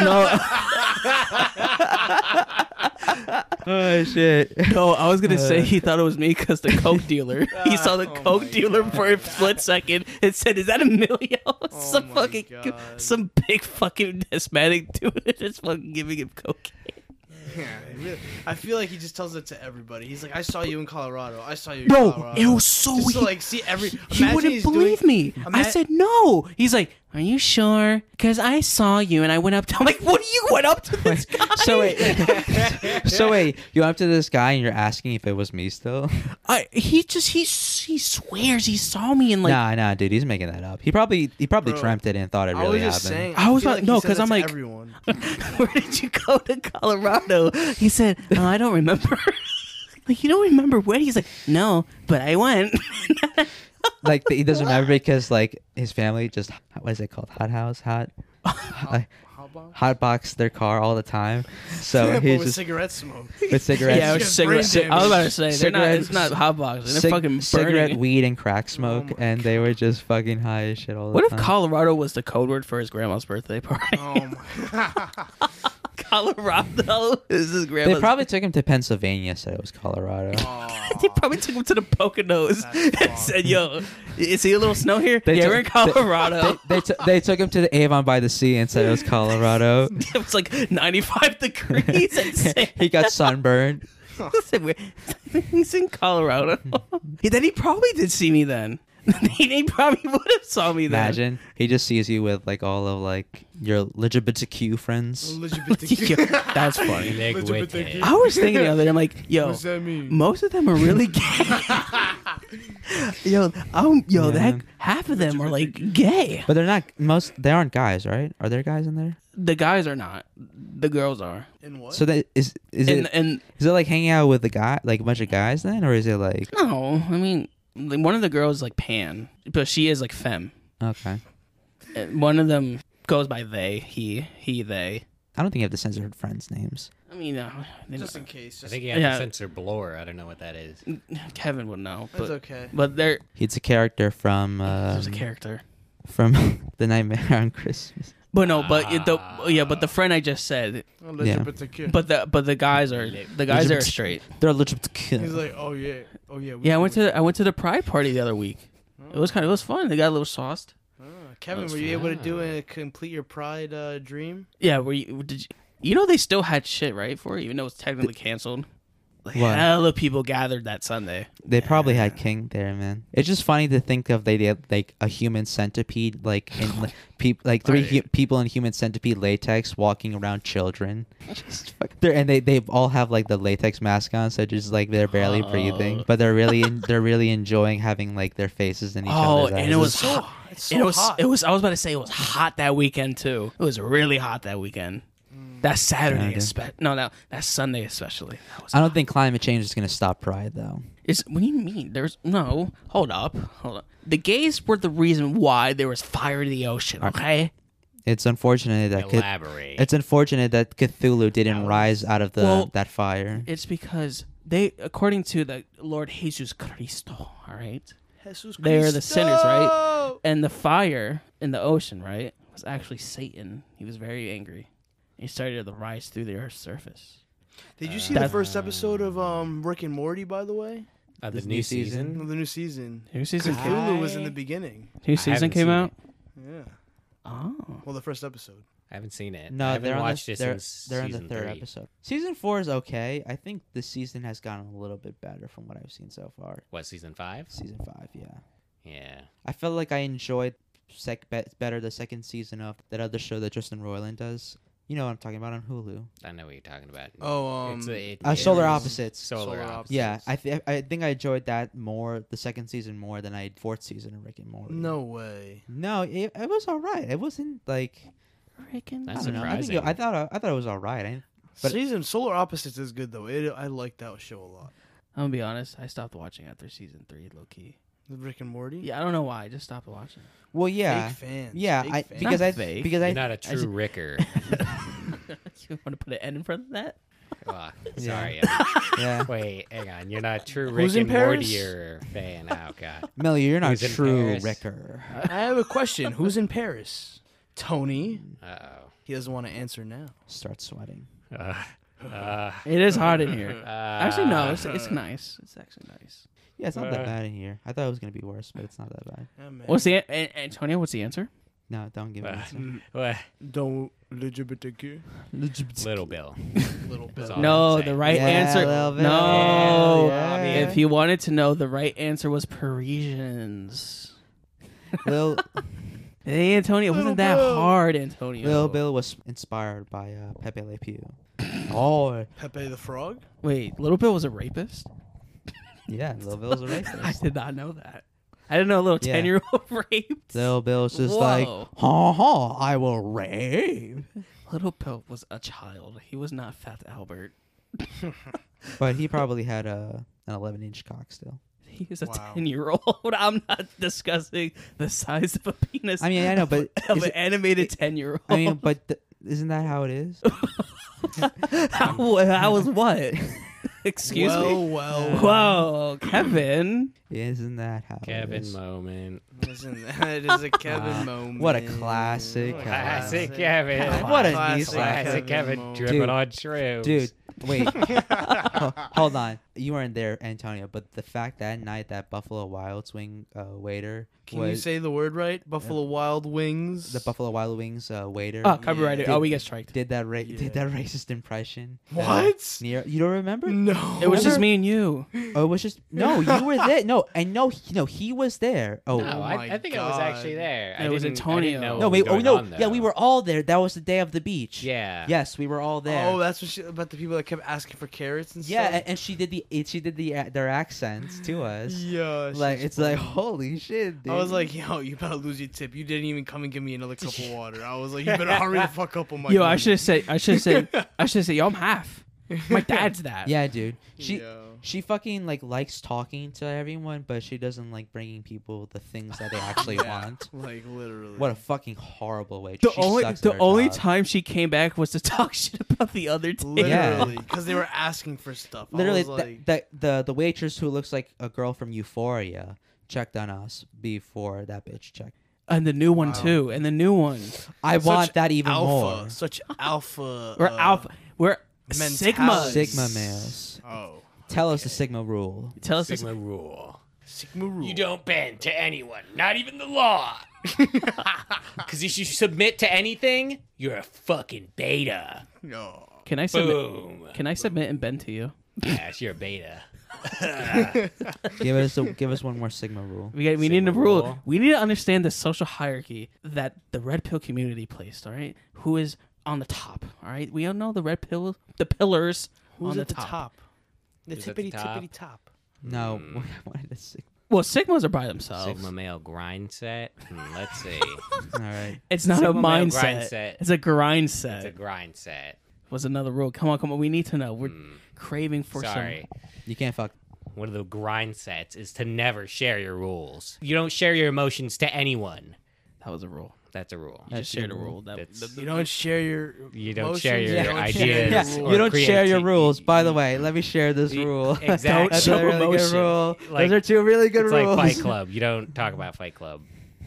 Speaker 4: no,
Speaker 1: [laughs] oh, shit.
Speaker 4: [laughs] no, I was gonna say he thought it was me because the [laughs] coke dealer. he saw the
Speaker 2: Oh
Speaker 4: coke dealer for a split second and said, "Is that Emilio? [laughs] some
Speaker 2: Oh my
Speaker 4: fucking,
Speaker 2: God.
Speaker 4: some big fucking Hispanic [laughs] dude just fucking giving him cocaine."
Speaker 2: Yeah, they really- I feel like he just tells it to everybody. He's like, I saw you in Colorado. I saw you in
Speaker 4: No,
Speaker 2: Colorado.
Speaker 4: it was so
Speaker 2: just to
Speaker 4: he-
Speaker 2: like see every.
Speaker 4: he
Speaker 2: imagine
Speaker 4: wouldn't
Speaker 2: he's
Speaker 4: believe
Speaker 2: doing-
Speaker 4: me. I
Speaker 2: Ima-
Speaker 4: said no. He's like, "Are you sure?" Because I saw you and I went up to. I'm like, "What? You went up to
Speaker 1: [laughs]
Speaker 4: this guy?"
Speaker 1: So wait, so wait, you went up to this guy and you're asking if it was me still?
Speaker 4: I, he just he s- he swears he saw me and like
Speaker 1: nah, nah, dude, he's making that up. He probably he probably
Speaker 2: Bro,
Speaker 1: dreamt it and thought it
Speaker 2: I was
Speaker 1: really
Speaker 2: just
Speaker 1: happened.
Speaker 2: saying.
Speaker 4: I was
Speaker 2: feel
Speaker 4: like-
Speaker 2: he
Speaker 4: no,
Speaker 2: said
Speaker 4: 'cause
Speaker 2: that
Speaker 4: I'm
Speaker 2: to
Speaker 4: like-
Speaker 2: everyone.
Speaker 4: [laughs] where did you go to Colorado? He said, oh, I don't remember. [laughs] like, you don't remember when? He's like, no, but
Speaker 1: [laughs]
Speaker 4: I went.
Speaker 1: like he doesn't remember because like his family just what is it called hot house hot [laughs] like, hot box their car all the time
Speaker 2: [laughs]
Speaker 1: so
Speaker 2: But
Speaker 1: he's
Speaker 2: with
Speaker 1: just
Speaker 2: cigarette smoke.
Speaker 1: with cigarettes
Speaker 2: it [laughs] was cigarette- I was about to
Speaker 4: say
Speaker 1: they're not- it's not
Speaker 4: hot boxes.
Speaker 1: cig- cigarette weed and crack smoke
Speaker 2: Oh my
Speaker 1: and they were just fucking high as shit all the
Speaker 4: What if
Speaker 1: time
Speaker 4: Colorado was the code word for his grandma's birthday party?
Speaker 2: Oh my.
Speaker 4: [laughs] Colorado is his grandma's.
Speaker 1: they probably took him to Pennsylvania said it was Colorado
Speaker 2: [laughs]
Speaker 4: [laughs]
Speaker 2: Aw.
Speaker 4: they probably took him to the Poconos
Speaker 2: That's
Speaker 4: [laughs] and said, "Yo, is he a little snow here?
Speaker 1: [laughs] They
Speaker 4: yeah,
Speaker 1: took-
Speaker 4: we're in Colorado.
Speaker 1: they, t- they took him to the Avon by the sea and said it
Speaker 2: [laughs]
Speaker 1: was Colorado
Speaker 4: [laughs] it was like 95
Speaker 1: [laughs]
Speaker 4: degrees." And [laughs] said,
Speaker 1: he got sunburned
Speaker 4: Listen, we're- he's
Speaker 2: [laughs]
Speaker 4: in Colorado. Yeah, then he probably did see me then. [laughs] he he probably would have saw me then.
Speaker 1: imagine [laughs] he just sees you with like all of like your LGBTQ friends
Speaker 4: Yo,
Speaker 2: LGBTQ. [laughs]
Speaker 4: that's funny.
Speaker 3: Leg with
Speaker 2: Legit-
Speaker 3: it.
Speaker 4: I was thinking the other day, I'm like, yo,
Speaker 2: What's that mean?
Speaker 4: most of them
Speaker 2: [laughs]
Speaker 4: are really gay. yo, um, yo,
Speaker 1: Yeah.
Speaker 4: that half of them are like gay.
Speaker 1: But they're not most. They aren't guys, right? Are there guys in there?
Speaker 4: The guys are not. The girls are.
Speaker 2: In what?
Speaker 1: So that is is it is
Speaker 4: And and
Speaker 1: it like hanging out with a guy, like a bunch of guys, then, or is it like
Speaker 4: no, I mean, like, one of the girls is like pan, but she is like femme.
Speaker 1: okay?
Speaker 4: And one of them goes by they, he, he, they.
Speaker 1: I don't think you have to censor friends' names.
Speaker 4: I mean, uh, they
Speaker 2: Just
Speaker 4: know-
Speaker 2: in case.
Speaker 3: I
Speaker 2: Just,
Speaker 3: think you have
Speaker 4: Yeah.
Speaker 3: to censor blur. I don't know what that is.
Speaker 4: Kevin would know, but
Speaker 2: That's okay.
Speaker 4: but there
Speaker 1: He's a character from uh,
Speaker 4: there's a character.
Speaker 1: from [laughs] The Nightmare on Christmas.
Speaker 4: But no, but it-
Speaker 2: Ah.
Speaker 4: the yeah, but the friend I just said,
Speaker 2: Elizabeth the Kid.
Speaker 4: but the but the guys are the guys are straight.
Speaker 1: They're legit.
Speaker 2: He's like, oh yeah, oh yeah. we
Speaker 4: Yeah, I
Speaker 2: can
Speaker 4: went
Speaker 2: do
Speaker 4: to I went to the pride party the other week. It was kind of it was fun. They got a little sauced.
Speaker 2: it." Ah, Kevin, were you able to do a complete your pride uh, dream?
Speaker 4: Yeah, were you did you, you know they still had shit right for it, even though it's technically canceled. Like,
Speaker 1: What?
Speaker 4: hella people gathered that Sunday.
Speaker 1: They probably had King there, man. It's just funny to think of they did like a human centipede, like in
Speaker 4: [laughs]
Speaker 1: like, peop, like three hu- people in human centipede latex walking around
Speaker 4: [laughs]
Speaker 1: children. Just fuck, they're, and they they all have like the latex mask on, so just like they're barely
Speaker 4: Oh.
Speaker 1: breathing, but they're really en- they're really enjoying having like their faces in each
Speaker 4: Oh,
Speaker 1: other's eyes.
Speaker 4: and it was
Speaker 1: It's-
Speaker 4: hot.
Speaker 2: It's
Speaker 4: it was it was I was about to say it was hot that weekend too. It was really hot that weekend. That Saturday,
Speaker 1: Yeah, it
Speaker 4: espe- no, no, that Sunday especially. That was
Speaker 1: I don't think climate change is gonna stop pride though.
Speaker 4: Is what do you mean? There's no. Hold up. Hold up. The gays were the reason why there was fire in the ocean. Okay.
Speaker 1: It's unfortunate that Cth-
Speaker 3: Elaborate.
Speaker 1: it's unfortunate that Cthulhu didn't rise out of the
Speaker 4: Well-
Speaker 1: that fire.
Speaker 4: It's because they, according to the Lord Jesus Cristo, all right,
Speaker 2: Jesus
Speaker 4: they are the sinners, right?
Speaker 2: Cristo!
Speaker 4: And the fire in the ocean, right, was actually Satan. He was very angry. He started to rise through the Earth's surface.
Speaker 2: Did you see the first episode of um, Rick and Morty? By the way,
Speaker 3: Uh, the
Speaker 1: This
Speaker 3: new, season.
Speaker 2: Of the new season.
Speaker 4: New season came.
Speaker 2: Hulu was in the beginning.
Speaker 4: New
Speaker 3: I
Speaker 4: season
Speaker 3: haven't
Speaker 4: came
Speaker 3: seen
Speaker 4: out.
Speaker 3: it.
Speaker 2: Yeah.
Speaker 4: Oh.
Speaker 2: Well, the first episode.
Speaker 3: I haven't seen it. I
Speaker 1: No,
Speaker 3: haven't
Speaker 1: they're on
Speaker 3: watched
Speaker 1: the,
Speaker 3: it
Speaker 1: they're,
Speaker 3: since
Speaker 1: they're in the
Speaker 3: season
Speaker 1: third
Speaker 3: three.
Speaker 1: episode. Season four is okay. I think the season has gotten a little bit better from what I've seen so far.
Speaker 3: What season five?
Speaker 1: Season five, yeah.
Speaker 3: Yeah.
Speaker 1: I felt like I enjoyed sec be- better the second season of that other show that Justin Roiland does. You know what I'm talking about on Hulu.
Speaker 3: I know what you're talking about.
Speaker 2: Oh, um,
Speaker 3: It's a- it-
Speaker 1: Uh,
Speaker 3: it
Speaker 1: Solar
Speaker 3: is
Speaker 1: Opposites.
Speaker 3: Solar,
Speaker 2: Solar
Speaker 3: Opposites.
Speaker 1: yeah, I th- I think I enjoyed that more the second season more than I fourth season of Rick and Morty.
Speaker 2: no way.
Speaker 1: no, it, it was all right. It wasn't like
Speaker 4: Freaking.
Speaker 1: I
Speaker 3: That's
Speaker 1: don't know. I, think it-
Speaker 3: surprising.
Speaker 1: I thought I, thought it was all right. I, But-
Speaker 2: season Solar Opposites is good though. It, I like that show a lot.
Speaker 4: I'm gonna be honest. I stopped watching after season three, low key.
Speaker 2: The Rick and Morty.
Speaker 4: Yeah, I don't know why. I just stopped watching.
Speaker 1: well, yeah,
Speaker 2: Fake fans.
Speaker 1: yeah,
Speaker 2: Fake
Speaker 1: I,
Speaker 2: fans.
Speaker 1: because
Speaker 4: Not
Speaker 1: I
Speaker 4: fake.
Speaker 1: because I
Speaker 3: You're not a
Speaker 1: I, [laughs]
Speaker 3: true Ricker.
Speaker 4: [laughs] you want to put an N in front of that?
Speaker 3: Fuck.
Speaker 1: Yeah.
Speaker 3: sorry.
Speaker 1: yeah.
Speaker 3: Wait, hang on. You're not a true
Speaker 2: Who's
Speaker 3: Rick
Speaker 2: in
Speaker 3: and
Speaker 2: Paris?
Speaker 3: Morty fan. Oh god.
Speaker 1: Millie, you're not
Speaker 3: Who's in
Speaker 1: true
Speaker 3: Paris?
Speaker 1: Ricker.
Speaker 2: I have a question. Who's in Paris? Tony.
Speaker 3: Uh
Speaker 2: He doesn't want to answer now.
Speaker 1: Start sweating.
Speaker 3: oh. Uh,
Speaker 4: It is hot in [laughs] here. Actually, no,
Speaker 3: Uh,
Speaker 4: it's, it's nice. Ah. It's actually nice.
Speaker 1: Yeah, it's not that
Speaker 3: Uh.
Speaker 1: bad in here. I thought it was gonna be worse, but it's not that bad.
Speaker 2: Yeah, man.
Speaker 4: What's the an- An- Antonio? What's the answer?
Speaker 1: No, don't give me.
Speaker 3: Uh.
Speaker 1: that.
Speaker 3: [laughs] what?
Speaker 2: Don't LGBTQ.
Speaker 3: Little Bill.
Speaker 2: Little bit.
Speaker 3: all. Oh,
Speaker 4: No,
Speaker 3: insane.
Speaker 4: the right
Speaker 1: Yeah,
Speaker 4: answer.
Speaker 1: little bit.
Speaker 4: No.
Speaker 1: Yeah, yeah.
Speaker 4: If you wanted to know, the right answer was Parisians.
Speaker 1: Lil,
Speaker 4: Hey, Antonio, it wasn't
Speaker 2: Little
Speaker 4: that
Speaker 2: Bill.
Speaker 4: hard, Antonio.
Speaker 1: Lil Bill was inspired by uh, Pepe Le
Speaker 3: [coughs]
Speaker 1: Pew. Oh,
Speaker 2: Pepe the Frog.
Speaker 4: Wait, Little Bill was a rapist?
Speaker 1: yeah, Lil Bill's a
Speaker 3: [laughs]
Speaker 4: I
Speaker 1: racist.
Speaker 4: did not know that. I didn't know a little
Speaker 1: Yeah.
Speaker 4: 10 year old [laughs] raped.
Speaker 1: Lil Bill's just like,
Speaker 4: Whoa.
Speaker 1: ha ha, I will rave.
Speaker 4: Little Bill was a child. He was not Fat Albert.
Speaker 1: But he probably had a an 11 inch cock still.
Speaker 4: He was a
Speaker 2: Wow.
Speaker 4: 10 year old. [laughs] I'm not discussing the size of a penis.
Speaker 1: I mean, I know, but
Speaker 4: [laughs] of
Speaker 1: is
Speaker 4: an
Speaker 1: it-
Speaker 4: animated 10 year old.
Speaker 1: I
Speaker 3: [laughs]
Speaker 1: mean, but th- isn't that how it is?
Speaker 4: [laughs] How- that was what? Excuse
Speaker 2: well,
Speaker 4: me?
Speaker 1: uh,
Speaker 2: well,
Speaker 4: Whoa, Kevin.
Speaker 1: [laughs] Isn't that how it
Speaker 3: Kevin
Speaker 1: is?
Speaker 3: moment.
Speaker 2: Listen, that is a Kevin
Speaker 1: Ah,
Speaker 2: moment.
Speaker 1: what a classic uh,
Speaker 2: What a
Speaker 3: Classic
Speaker 1: Classic
Speaker 3: Kevin.
Speaker 1: What a
Speaker 2: Classic
Speaker 1: niece
Speaker 3: Classic Kevin
Speaker 2: moment.
Speaker 3: dripping
Speaker 1: Dude.
Speaker 3: on shrooms.
Speaker 1: Dude, [laughs]
Speaker 2: [laughs]
Speaker 1: wait. Ho- Hold on. You weren't there, Antonio, but the fact that night that Buffalo Wild Wing uh, waiter
Speaker 2: Can you
Speaker 1: was
Speaker 2: say the word right? Buffalo Wild Wings.
Speaker 1: the Buffalo Wild Wings uh, waiter
Speaker 4: Oh, copyrighted.
Speaker 1: Yeah.
Speaker 4: Oh, we get striked.
Speaker 1: did that ra-
Speaker 2: Yeah.
Speaker 1: did that [laughs] racist impression. that, uh,
Speaker 2: What? Mm.
Speaker 1: Nero- you don't remember?
Speaker 2: No.
Speaker 4: It was just me and you.
Speaker 1: Oh, it was just no. You
Speaker 2: [laughs]
Speaker 1: were there. No, I know. No, he was there. Oh.
Speaker 3: No,
Speaker 2: Oh
Speaker 3: I,
Speaker 2: my
Speaker 3: I think I was actually
Speaker 2: God.
Speaker 3: there. I
Speaker 4: It was
Speaker 3: didn't- I
Speaker 4: Antonio.
Speaker 3: didn't know
Speaker 1: No,
Speaker 3: what was
Speaker 1: wait. Oh
Speaker 3: going
Speaker 1: no.
Speaker 3: on,
Speaker 1: yeah, we
Speaker 3: though.
Speaker 1: were all there. That was the day of the beach.
Speaker 3: Yeah.
Speaker 1: Yes, we were all there.
Speaker 2: Oh, that's what she, about the people that kept asking for carrots and
Speaker 1: yeah,
Speaker 2: stuff.
Speaker 1: and, and she did the it- she did the uh, their accents to us.
Speaker 2: yeah.
Speaker 1: Like
Speaker 2: she's
Speaker 1: it's like
Speaker 2: funny.
Speaker 1: holy shit, dude.
Speaker 2: I was like, yo, you better lose your tip. You didn't even come and give me another cup of water. I was like, you better hurry the fuck up on my.
Speaker 4: Yo, I
Speaker 2: money.
Speaker 1: [laughs]
Speaker 4: should have said. I should have said. I should have said. Yo, I'm half. My dad's that.
Speaker 1: Yeah, dude. She
Speaker 2: Yo.
Speaker 1: she fucking like likes talking to everyone, but she doesn't like bringing people the things that they actually
Speaker 2: Yeah,
Speaker 1: want.
Speaker 2: Like literally.
Speaker 1: What a fucking horrible way.
Speaker 4: The
Speaker 1: she
Speaker 4: only
Speaker 1: sucks at
Speaker 4: the
Speaker 1: her
Speaker 4: only
Speaker 1: job.
Speaker 4: time she came back was to [laughs] talk shit about the other team.
Speaker 2: literally because they were asking for stuff.
Speaker 1: literally
Speaker 2: I was like,
Speaker 1: the, the the the waitress who looks like a girl from Euphoria checked on us before that bitch checked.
Speaker 4: And the new one
Speaker 2: Wow.
Speaker 4: too. And the new one.
Speaker 1: I
Speaker 2: Such
Speaker 1: want that even
Speaker 2: alpha,
Speaker 1: more.
Speaker 2: such
Speaker 1: [laughs]
Speaker 2: alpha.
Speaker 4: We're
Speaker 2: uh,
Speaker 4: alpha. We're
Speaker 2: mentality.
Speaker 4: sigma.
Speaker 1: Sigma males.
Speaker 2: Oh,
Speaker 1: Tell us the Sigma rule.
Speaker 4: Tell us this.
Speaker 3: Sigma rule.
Speaker 2: Sigma rule.
Speaker 3: You don't bend to anyone, not even the [laughs] law. Because if you submit to anything, you're a fucking beta.
Speaker 2: No.
Speaker 4: Can I submit?
Speaker 3: Boom.
Speaker 4: Can I submit and bend to you?
Speaker 3: Yes, you're a beta.
Speaker 1: Give us a, give us one more Sigma rule.
Speaker 4: We got, we need a rule.
Speaker 3: rule.
Speaker 4: We need to understand the social hierarchy that the red pill community placed. All right, who is on the top? All right, we all know the red pill, the pillars
Speaker 2: Who's
Speaker 4: on the,
Speaker 2: at the
Speaker 4: top.
Speaker 2: top? The
Speaker 3: Who's at the
Speaker 2: tippity
Speaker 3: top?
Speaker 2: tippity top.
Speaker 1: No, [laughs]
Speaker 2: Mm.
Speaker 1: I wanted a Sigma.
Speaker 4: Well, sigmas are by themselves.
Speaker 3: Sigma male Oh, grind set. Hmm, let's [laughs] see.
Speaker 1: All right.
Speaker 4: It's not
Speaker 3: Sigma
Speaker 4: a
Speaker 3: male
Speaker 4: mindset.
Speaker 3: grind set.
Speaker 4: It's a grind set.
Speaker 3: It's a grind set.
Speaker 4: Was another rule. Come on, come on. We need to know. We're craving for
Speaker 3: Hmm. Sorry.
Speaker 1: You can't fuck.
Speaker 3: One of the grind sets is to never share your rules. You don't share your emotions to anyone.
Speaker 4: some. That was a rule.
Speaker 3: That's a rule.
Speaker 4: I just
Speaker 1: That's a
Speaker 4: shared a
Speaker 1: rule.
Speaker 4: rule. That,
Speaker 3: That's-
Speaker 4: that-
Speaker 2: You don't share your.
Speaker 3: You don't share your
Speaker 2: emotions, you don't share
Speaker 1: Yeah,
Speaker 3: ideas.
Speaker 2: your
Speaker 3: or
Speaker 1: you don't share your
Speaker 3: creativity.
Speaker 1: rules. By the way, let me share this rule. [laughs]
Speaker 3: exactly.
Speaker 1: That's
Speaker 4: Don't
Speaker 1: a
Speaker 4: show
Speaker 1: really good
Speaker 4: emotion.
Speaker 1: rule.
Speaker 3: Like-
Speaker 1: Those are two really good
Speaker 3: It's
Speaker 1: rules.
Speaker 3: like Fight Club. You don't talk about Fight Club.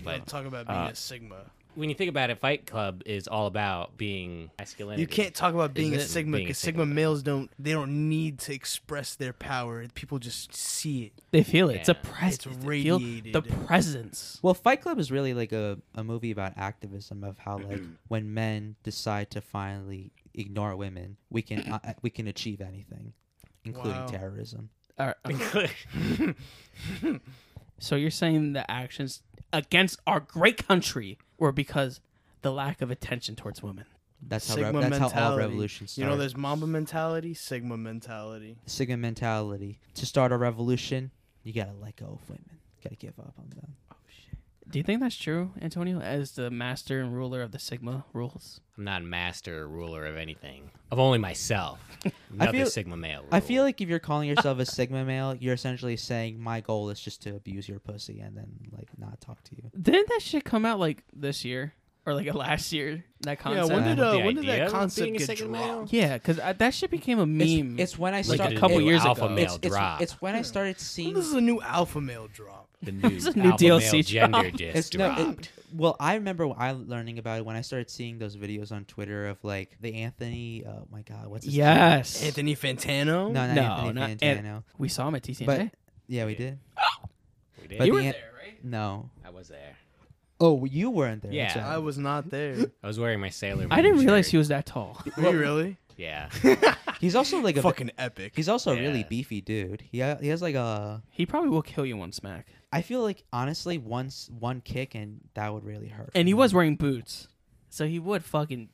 Speaker 3: But
Speaker 2: Don't talk about being
Speaker 3: Uh,
Speaker 2: a Sigma.
Speaker 3: when you think about it, Fight Club is all about being masculinity.
Speaker 2: You
Speaker 3: [laughs]
Speaker 2: can't talk about being a
Speaker 3: Isn't it?
Speaker 2: Sigma
Speaker 3: Being a
Speaker 2: because
Speaker 3: Sigma.
Speaker 2: Sigma males don't. They don't need to express their power. People just see it.
Speaker 4: they feel it. It's a
Speaker 3: Yeah.
Speaker 4: presence.
Speaker 2: It's
Speaker 4: They feel the
Speaker 2: radiated.
Speaker 4: presence.
Speaker 1: [laughs] Well, Fight Club is really like a, a movie about activism of how
Speaker 3: [clears throat]
Speaker 1: like when men decide to finally ignore women, we can uh, uh, we can achieve anything, including
Speaker 2: Wow.
Speaker 1: terrorism.
Speaker 4: All right. okay. So you're saying the actions against our great country were because the lack of attention towards women.
Speaker 1: That's how
Speaker 2: Sigma
Speaker 1: rev- that's
Speaker 2: mentality.
Speaker 1: how all revolutions
Speaker 2: You
Speaker 1: start.
Speaker 2: know, there's Mamba mentality, Sigma mentality.
Speaker 1: Sigma mentality. To start a revolution, you gotta let go of women. Gotta give up on them.
Speaker 4: Do you think that's true, Antonio, as the master and ruler of the Sigma rules?
Speaker 3: I'm not a master or ruler of anything. Of only
Speaker 1: [laughs]
Speaker 3: myself. Another
Speaker 1: feel-
Speaker 3: Sigma male. Rule.
Speaker 1: I feel like if you're calling yourself a Sigma male, you're essentially saying my goal is just to abuse your pussy and then like not talk to you.
Speaker 4: Didn't that shit come out like this year or like [laughs] last year? That
Speaker 2: Yeah,
Speaker 4: concept.
Speaker 2: when did
Speaker 1: uh,
Speaker 2: uh,
Speaker 3: The
Speaker 2: when did
Speaker 3: idea
Speaker 2: that
Speaker 3: of being
Speaker 2: concept
Speaker 3: a
Speaker 2: get
Speaker 3: Sigma male?
Speaker 2: dropped?
Speaker 4: Yeah, because that shit became a
Speaker 1: It's,
Speaker 4: meme.
Speaker 1: it's when I
Speaker 3: Like
Speaker 1: started
Speaker 3: a
Speaker 4: a couple
Speaker 3: new
Speaker 4: years
Speaker 3: alpha
Speaker 4: ago.
Speaker 3: male
Speaker 1: It's, it's,
Speaker 3: drop.
Speaker 1: it's when I started seeing
Speaker 2: This is a new alpha male
Speaker 3: [laughs]
Speaker 2: drop.
Speaker 1: [laughs]
Speaker 3: the new,
Speaker 4: a new
Speaker 3: alpha
Speaker 4: DLC
Speaker 3: male
Speaker 4: drop.
Speaker 3: gender disc
Speaker 1: It's no,
Speaker 3: dropped.
Speaker 1: it, well, I remember when I learning about it when I started seeing those videos on Twitter of like the Anthony. Oh my God, what's his name?
Speaker 4: yes.
Speaker 2: Anthony Fantano.
Speaker 1: No, not
Speaker 4: No,
Speaker 1: Anthony
Speaker 4: not
Speaker 1: Fantano.
Speaker 4: An- we saw him at TCNJ.
Speaker 1: but yeah, we did.
Speaker 3: We did.
Speaker 1: But
Speaker 4: you
Speaker 1: the
Speaker 4: were
Speaker 1: an-
Speaker 4: there, right?
Speaker 1: No.
Speaker 3: I was there.
Speaker 1: Oh, you weren't there.
Speaker 3: Yeah.
Speaker 1: that's right.
Speaker 2: I was
Speaker 1: [laughs]
Speaker 2: not there.
Speaker 3: I was wearing my Sailor Moon
Speaker 4: I didn't realize
Speaker 3: shirt.
Speaker 4: he was that tall. [laughs]
Speaker 2: Were you really?
Speaker 3: Yeah.
Speaker 1: He's also like a
Speaker 2: Fucking epic.
Speaker 1: He's also a really
Speaker 3: Yeah.
Speaker 1: beefy dude. He ha- he has like a.
Speaker 4: He probably will kill you one smack.
Speaker 1: I feel like honestly, once one kick and that would really hurt.
Speaker 4: And he was wearing boots, so he would fucking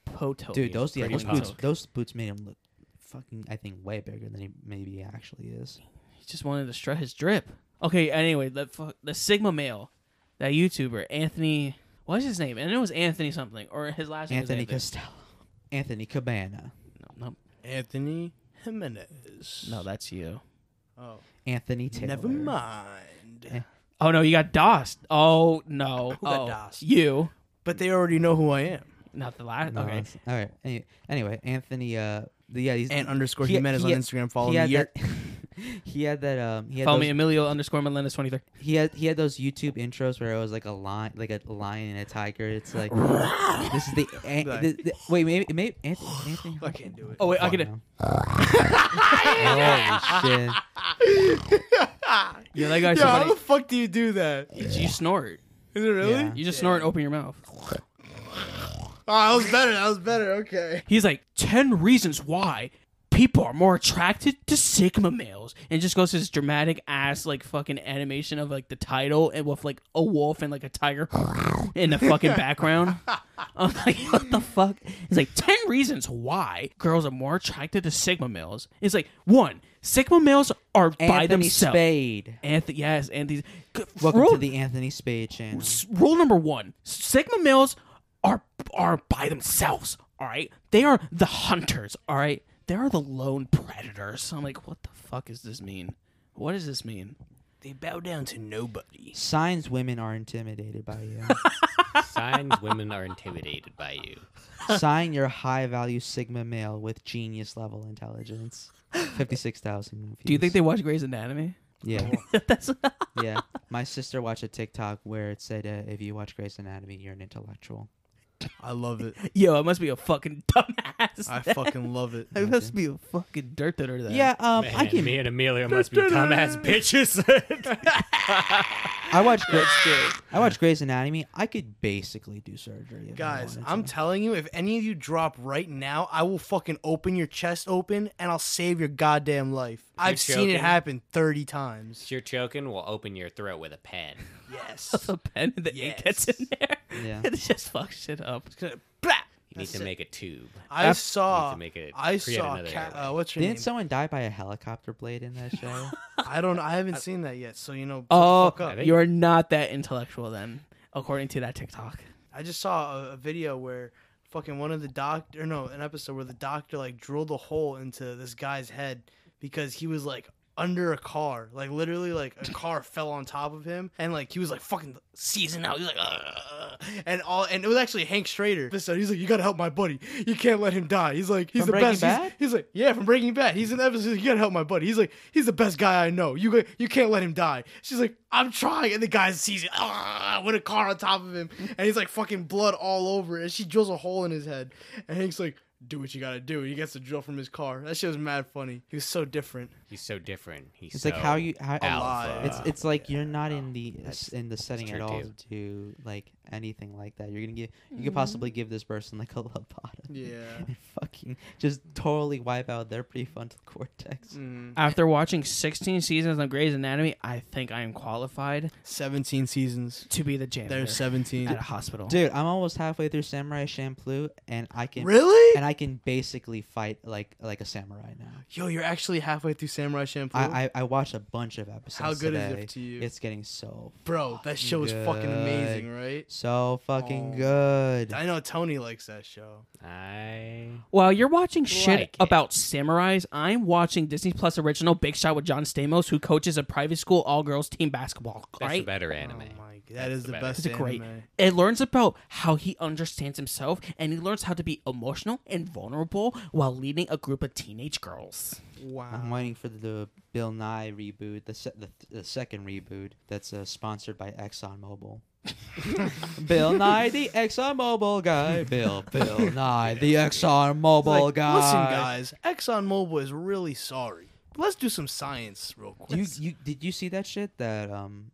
Speaker 1: Mm.
Speaker 4: poto.
Speaker 1: dude.
Speaker 4: me.
Speaker 1: Those yeah,
Speaker 3: pretty
Speaker 1: those boots.
Speaker 3: punk.
Speaker 1: Those boots made him look fucking. I think way bigger than he maybe actually is.
Speaker 4: He just wanted to strut his drip. Okay, anyway, the fu- the Sigma male, that YouTuber Anthony, what's his name? And it was Anthony something or his last name.
Speaker 1: Anthony
Speaker 4: was
Speaker 1: Costello. Anthony Cabana.
Speaker 4: Anthony. No,
Speaker 2: Anthony Jimenez.
Speaker 4: no, no, that's you.
Speaker 2: Oh,
Speaker 1: Anthony Taylor.
Speaker 2: never mind.
Speaker 4: Oh no, you got DOS. Oh no,
Speaker 2: Who got
Speaker 4: Oh,
Speaker 2: doxed?
Speaker 4: You,
Speaker 2: But they already know who I am.
Speaker 4: not the last.
Speaker 1: No,
Speaker 4: okay,
Speaker 1: that's- All right. Anyway, anyway Anthony. Uh, the, yeah, he's
Speaker 2: Ant underscore
Speaker 1: he-
Speaker 2: Jimenez
Speaker 1: he-
Speaker 2: on Instagram. Follow
Speaker 1: he
Speaker 2: me.
Speaker 1: had
Speaker 2: That,
Speaker 1: that. [laughs] he had that. Um, he had
Speaker 4: follow
Speaker 1: those,
Speaker 4: me Emilio underscore Melendez twenty three.
Speaker 1: He had he had those YouTube intros where it was like a lion, like a lion and a tiger. It's like this is the, an,
Speaker 2: Like-
Speaker 1: the, the wait maybe maybe Anthony. Anthony
Speaker 2: I can't do it.
Speaker 4: Oh wait, I
Speaker 1: Fuck
Speaker 4: get it.
Speaker 1: now. [laughs] Holy shit!
Speaker 4: You're that guy.
Speaker 2: yeah, how
Speaker 4: somebody,
Speaker 2: the
Speaker 4: [laughs]
Speaker 2: fuck do you do that? Is
Speaker 4: you snort.
Speaker 2: it really?
Speaker 1: Yeah.
Speaker 4: You just snort and open your mouth.
Speaker 2: Oh, that was better. That was better. Okay.
Speaker 4: He's like, 10 reasons why people are more attracted to Sigma males. And just goes to this dramatic ass, like, fucking animation of, like, the title and with, like, a wolf and, like, a tiger [laughs] in
Speaker 1: [laughs]
Speaker 4: the fucking background. I'm like, what the fuck? It's like, 10 reasons why girls are more attracted to Sigma males. It's like, one, Sigma males are by
Speaker 1: Anthony
Speaker 4: themselves.
Speaker 1: Spade.
Speaker 4: Anthony, yes, Anthony. Good-
Speaker 1: Welcome
Speaker 4: rule,
Speaker 1: to the Anthony Spade channel.
Speaker 4: s- rule number one: Sigma males are are by themselves. All right, they are the hunters. All right, they're the lone predators. I'm like, what the fuck does this mean? What does this mean?
Speaker 2: They bow down to nobody.
Speaker 1: Signs women are intimidated by
Speaker 4: [laughs]
Speaker 1: you.
Speaker 3: Signs women are intimidated by you.
Speaker 1: Sign your high value Sigma male with genius level intelligence. 56,000.
Speaker 4: Do you think they
Speaker 1: views.
Speaker 4: watch Grey's Anatomy?
Speaker 1: Yeah.
Speaker 4: [laughs] That's
Speaker 1: [laughs] yeah. My sister watched a TikTok where it said, uh, if you watch Grey's Anatomy, you're an intellectual.
Speaker 2: I love it.
Speaker 4: yo, I must be a fucking [laughs] dumbass.
Speaker 2: I fucking love it.
Speaker 4: I must be a fucking dirt ditter then.
Speaker 1: Yeah, um,
Speaker 3: Man,
Speaker 1: [laughs] I can.
Speaker 3: me and Amelia must be dumbass bitches. [laughs]
Speaker 1: I watch Grey's. I watch Grey's Anatomy. I could basically do surgery. if I
Speaker 2: Guys,
Speaker 1: wanted
Speaker 2: I'm
Speaker 1: to.
Speaker 2: telling you, if any of you drop right now, I will fucking open your chest open and I'll save your goddamn life. I've seen it
Speaker 3: joking.
Speaker 2: happen 30 times.
Speaker 3: [laughs] if you're choking, we'll open your throat with a pen.
Speaker 2: Yes.
Speaker 4: The pen and the ink gets in there.
Speaker 1: Yeah.
Speaker 4: [laughs] it just fucks shit up.
Speaker 3: You need to make a tube.
Speaker 2: [laughs] I saw.
Speaker 3: make it-
Speaker 2: Ah, I
Speaker 3: create
Speaker 2: saw.
Speaker 3: another
Speaker 2: Cat,
Speaker 3: airline.
Speaker 2: uh, what's your name?
Speaker 1: Didn't someone die by a helicopter blade in that
Speaker 2: [laughs]
Speaker 1: show?
Speaker 2: I don't. I haven't seen that yet. So you know. shut the
Speaker 4: Oh,
Speaker 2: fuck up.
Speaker 3: think-
Speaker 4: you're not that intellectual then, according to that TikTok.
Speaker 2: I just saw a, a video where fucking one of the doctor, no, an episode where the doctor like drilled a hole into this guy's head because he was like under a car, like literally like a car [laughs] fell on top of him, and like he was like fucking seizing out. He was like, "Ugh," and all, and it was actually Hank Schrader. Episode, he's like, you gotta help my buddy. You can't let him die. He's like, he's
Speaker 1: From
Speaker 2: the
Speaker 1: Breaking
Speaker 2: best. He's-
Speaker 1: Bad?
Speaker 2: He's, like, yeah, from Breaking Bad. He's in the episode. You gotta help my buddy. He's like, he's the best guy I know. You you can't let him die. She's like, I'm trying, and the guy sees it ah, with a car on top of him, and he's like fucking blood all over, it. and she drills a hole in his head, and Hank's like. Do what you gotta do. He gets the drill from his car. That shit was mad funny. He was so different.
Speaker 3: He's so different. He's
Speaker 1: It's
Speaker 3: so
Speaker 1: like how you how
Speaker 3: alpha.
Speaker 2: uh,
Speaker 1: it's it's like you're not in the in the setting at
Speaker 3: true,
Speaker 1: all
Speaker 3: too.
Speaker 1: to like anything like that. You're gonna give you could possibly give this person like a [laughs] lobotomy.
Speaker 2: [laughs] Yeah.
Speaker 1: and fucking just totally wipe out their prefrontal [laughs] cortex.
Speaker 2: Mm.
Speaker 4: After watching 16 seasons of Grey's Anatomy, I think I am qualified
Speaker 2: 17 seasons.
Speaker 4: to be the janitor
Speaker 2: There's 17.
Speaker 4: at a hospital.
Speaker 1: Dude, I'm almost halfway through Samurai Champloo, and I can
Speaker 2: Really?
Speaker 1: and I can basically fight like like a samurai now.
Speaker 2: Yo, you're actually halfway through Samurai Shampoo.
Speaker 1: I, I I watched a bunch of episodes.
Speaker 2: How good is it
Speaker 1: today.
Speaker 2: to you?
Speaker 1: It's getting so
Speaker 2: Bro, that show is fucking amazing, right?
Speaker 1: so fucking
Speaker 2: Oh.
Speaker 1: good.
Speaker 2: I know Tony likes that show.
Speaker 3: I
Speaker 4: While you're watching shit
Speaker 3: Like it.
Speaker 4: about samurais, I'm watching Disney Plus original Big Shot with John Stamos, who coaches a private school all girls team basketball.
Speaker 3: that's
Speaker 4: right?
Speaker 3: the better anime.
Speaker 2: Oh my god, that is
Speaker 3: the
Speaker 2: the
Speaker 3: better.
Speaker 2: best.
Speaker 4: It's a great.
Speaker 2: anime.
Speaker 4: It learns about how he understands himself and he learns how to be emotional and vulnerable while leading a group of teenage girls.
Speaker 1: I'm
Speaker 2: Wow.
Speaker 1: waiting for the Bill Nye reboot, the se- the, the second reboot that's uh, sponsored by
Speaker 2: [laughs]
Speaker 1: ExxonMobil. Bill Nye, the ExxonMobil guy. Bill,
Speaker 2: [laughs]
Speaker 1: Bill Nye, the ExxonMobil
Speaker 2: Like,
Speaker 1: guy.
Speaker 2: Listen, guys, ExxonMobil is really sorry. Let's do some science real quick.
Speaker 1: You, you did you see that shit that um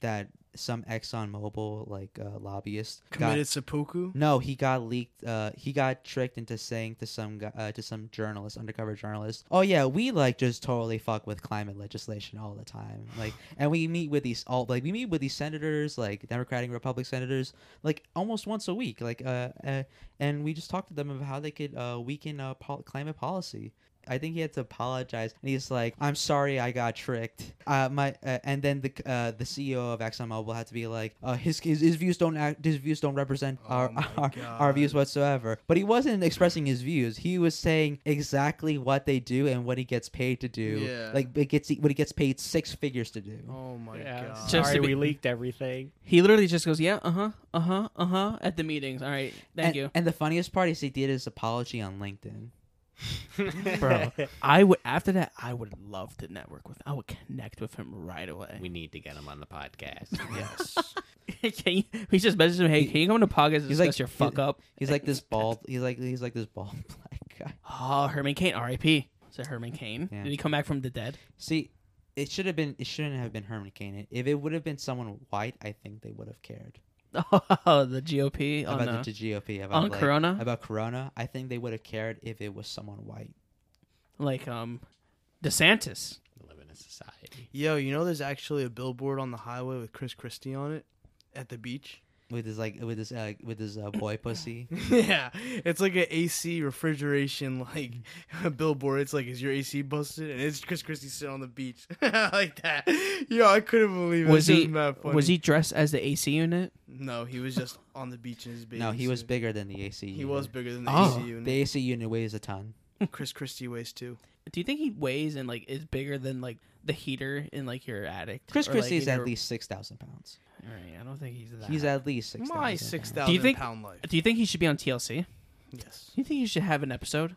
Speaker 1: that some ExxonMobil like uh, lobbyist got- Mm.
Speaker 2: Committed seppuku.
Speaker 1: No, he got leaked. Uh, he got tricked into saying to some gu- uh, to some journalist, undercover journalist, "Oh yeah, we like just totally fuck with climate legislation all the time. Like, and we meet with these all like we meet with these senators, like Democratic and Republican senators, like almost once a week. Like, uh, uh and we just talked to them about how they could uh, weaken uh, pol- climate policy." I think he had to apologize, and he's like, "I'm sorry, I got tricked." Uh, my uh, and then the uh, the CEO of ExxonMobil had to be like, uh, his, "His his views don't act, his views don't represent our
Speaker 2: Oh my
Speaker 1: [laughs] our, our
Speaker 2: God.
Speaker 1: views whatsoever." But he wasn't expressing his views. He was saying exactly what they do and what he gets paid to do.
Speaker 2: Yeah.
Speaker 1: Like it gets what he gets paid six figures to do.
Speaker 2: Oh my god.
Speaker 4: Just to be-
Speaker 3: leaked everything. [laughs]
Speaker 4: He literally just goes, "Yeah, uh huh, uh huh, uh huh," at the meetings. All right, thank
Speaker 1: and,
Speaker 4: you.
Speaker 1: And the funniest part is he did his apology on LinkedIn. [laughs] Bro,
Speaker 4: I would after that, I would love to network with. I would connect with him right away.
Speaker 3: We need to get him on
Speaker 1: [laughs]
Speaker 3: the podcast.
Speaker 4: [laughs]
Speaker 2: yes.
Speaker 4: can you, we just messaged him, "Hey, can you come to podcast and
Speaker 1: he's
Speaker 4: discuss
Speaker 1: like-
Speaker 4: your fuck
Speaker 1: he-
Speaker 4: up?"
Speaker 1: he's like this bald. He's like he's like this bald [laughs] black guy.
Speaker 4: Oh, Herman Cain, R.I.P. Is it Herman Cain?
Speaker 1: Yeah.
Speaker 4: Did he come back from the dead? [laughs]
Speaker 1: See, it should have been. It shouldn't have been Herman Cain. If it would have been someone white, I think they would have cared
Speaker 4: Oh, the GOP. Oh,
Speaker 1: about
Speaker 4: no.
Speaker 1: the GOP about
Speaker 4: On
Speaker 1: like-
Speaker 4: Corona?
Speaker 1: About Corona, I think they would have cared if it was someone white.
Speaker 4: like um, DeSantis.
Speaker 3: Live in a society.
Speaker 2: Yo, you know there's actually a billboard on the highway with Chris Christie on it at
Speaker 1: [laughs]
Speaker 2: the beach.
Speaker 1: With his like, with his uh, with his [coughs] uh, boy pussy.
Speaker 2: yeah, it's like an AC refrigeration like [laughs] billboard. It's like, is your AC busted? And it's Chris Christie sitting on the beach [laughs] like that. Yo, I couldn't believe it.
Speaker 4: Was
Speaker 2: That shit
Speaker 4: he
Speaker 2: mad funny.
Speaker 4: was he dressed as the AC unit?
Speaker 2: No, he was just on the beach in his bathing
Speaker 1: No, he was
Speaker 2: suit.
Speaker 1: bigger than the AC.
Speaker 2: He was bigger than the
Speaker 4: Oh.
Speaker 2: AC unit.
Speaker 1: The AC unit weighs a ton.
Speaker 2: Chris Christie weighs too.
Speaker 4: Do you think he weighs and like is bigger than like the heater in like your attic?
Speaker 1: Chris
Speaker 4: Or, like,
Speaker 1: Christie's
Speaker 4: in
Speaker 1: at
Speaker 4: your-
Speaker 1: least six thousand pounds.
Speaker 4: All right, I don't think he's that.
Speaker 1: He's at least six.
Speaker 2: My six
Speaker 4: Do
Speaker 2: thousand
Speaker 4: you
Speaker 2: pound
Speaker 4: think-
Speaker 2: life.
Speaker 4: Do you think he should be on TLC?
Speaker 2: Yes.
Speaker 4: Do you think he should have an episode,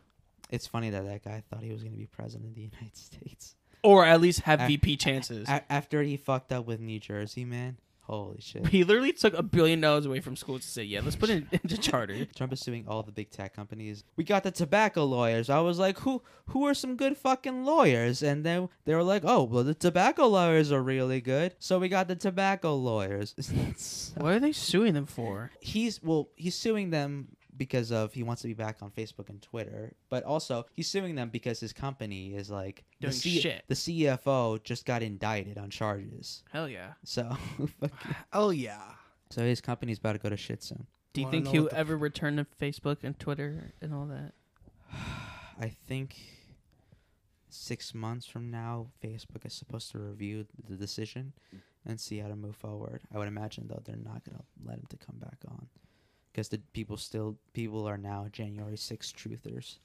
Speaker 1: It's funny that that guy thought he was going to be president of the United [laughs] States
Speaker 4: or at least have
Speaker 1: I-
Speaker 4: VP chances?
Speaker 1: A- after he fucked up with New Jersey, man. Holy shit!
Speaker 4: he literally took a billion dollars away from schools to say, "Yeah, let's put it into charter."
Speaker 1: Trump is suing all the big tech companies. We got the tobacco lawyers. I was like, who who are some good fucking lawyers? And then they were like, oh, well, the tobacco lawyers are really good. So we got the tobacco lawyers. [laughs] It's-
Speaker 4: [laughs] What are they suing them for?
Speaker 1: he's well, he's suing them because of he wants to be back on Facebook and Twitter, but also he's suing them because his company is like
Speaker 4: Doing
Speaker 1: the C-
Speaker 4: shit.
Speaker 1: The CFO just got indicted on charges.
Speaker 4: Hell yeah!
Speaker 1: So [laughs] fucking-
Speaker 2: Oh yeah.
Speaker 1: so his company's about to go to shit soon.
Speaker 4: Do you
Speaker 2: Wanna
Speaker 4: think
Speaker 2: know
Speaker 4: he'll
Speaker 2: what the-
Speaker 4: ever return to Facebook and Twitter and all that? [laughs]
Speaker 1: I think six months from now, Facebook is supposed to review the decision and see how to move forward. I would imagine though they're not gonna let him to come back on because the people still people are now January 6th truthers.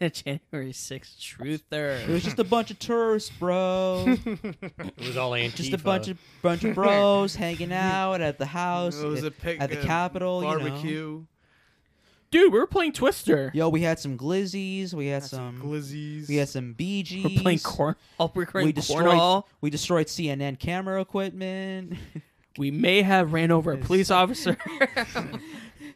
Speaker 4: the January 6th
Speaker 1: It
Speaker 4: [laughs] truther.
Speaker 1: was just a bunch of tourists, [laughs] bro.
Speaker 3: It was all Antifa.
Speaker 1: just a bunch of bunch of bros [laughs] hanging out at the house.
Speaker 2: It was
Speaker 1: at-
Speaker 2: a pic
Speaker 1: at the
Speaker 2: uh,
Speaker 1: Capitol, you know.
Speaker 2: barbecue.
Speaker 4: Dude, we were playing Twister.
Speaker 1: Yo, we had some glizzies. We had
Speaker 2: Had some
Speaker 1: some.
Speaker 2: glizzies.
Speaker 1: We had some
Speaker 2: [laughs]
Speaker 1: BGs.
Speaker 4: We're playing corn. Oh, we're
Speaker 1: we
Speaker 4: playing
Speaker 1: destroyed
Speaker 4: cornhole.
Speaker 1: we destroyed CNN camera equipment. [laughs]
Speaker 4: We may have ran over a police [laughs] officer.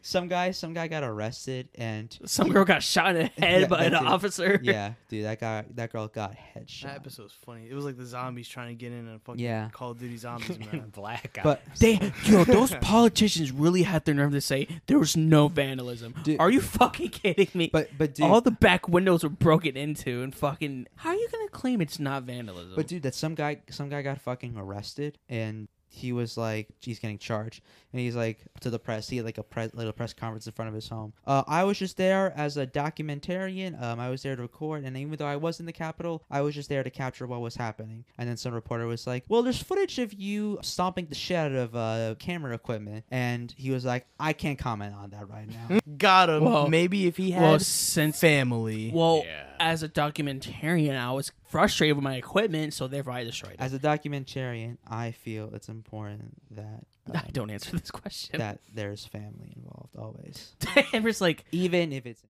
Speaker 1: some guy, some guy got arrested, and
Speaker 4: Some girl got shot in the head
Speaker 1: Yeah,
Speaker 4: by
Speaker 1: that
Speaker 4: an
Speaker 1: dude.
Speaker 4: officer.
Speaker 1: yeah, dude, that guy, that girl got
Speaker 2: That
Speaker 1: headshot.
Speaker 2: episode was funny. It was like the zombies trying to get in and fucking
Speaker 1: Yeah.
Speaker 2: Call of Duty
Speaker 4: [laughs]
Speaker 2: zombies
Speaker 3: in
Speaker 2: man.
Speaker 3: black.
Speaker 1: But
Speaker 4: [laughs] They, yo, those politicians really had their nerve to say there was no vandalism.
Speaker 1: Dude-
Speaker 4: Are you fucking kidding me?
Speaker 1: but but dude,
Speaker 4: All the back windows were broken into and fucking. How are you gonna claim it's not vandalism?
Speaker 1: but dude, that some guy, some guy got fucking arrested, and he was like, he's getting charged, and he's like to the press, he had like a press, little press conference in front of his home. Uh, I was just there as a documentarian. Um, I was there to record, and even though I was in the Capitol, I was just there to capture what was happening. And then some reporter was like, "Well, there's footage of you stomping the shit out of uh, camera equipment," and he was like, "I can't comment on that right now."
Speaker 2: Got him.
Speaker 4: Well-
Speaker 2: uh, Maybe if he had
Speaker 4: well, since
Speaker 2: family.
Speaker 4: Well,
Speaker 3: Yeah.
Speaker 4: as a documentarian, I was frustrated with my equipment, so therefore I destroyed it. [laughs]
Speaker 1: As a documentarian, I feel it's important that uh,
Speaker 4: I don't answer this question.
Speaker 1: that there's family involved always,
Speaker 4: [laughs] Amber's like,
Speaker 1: even if it's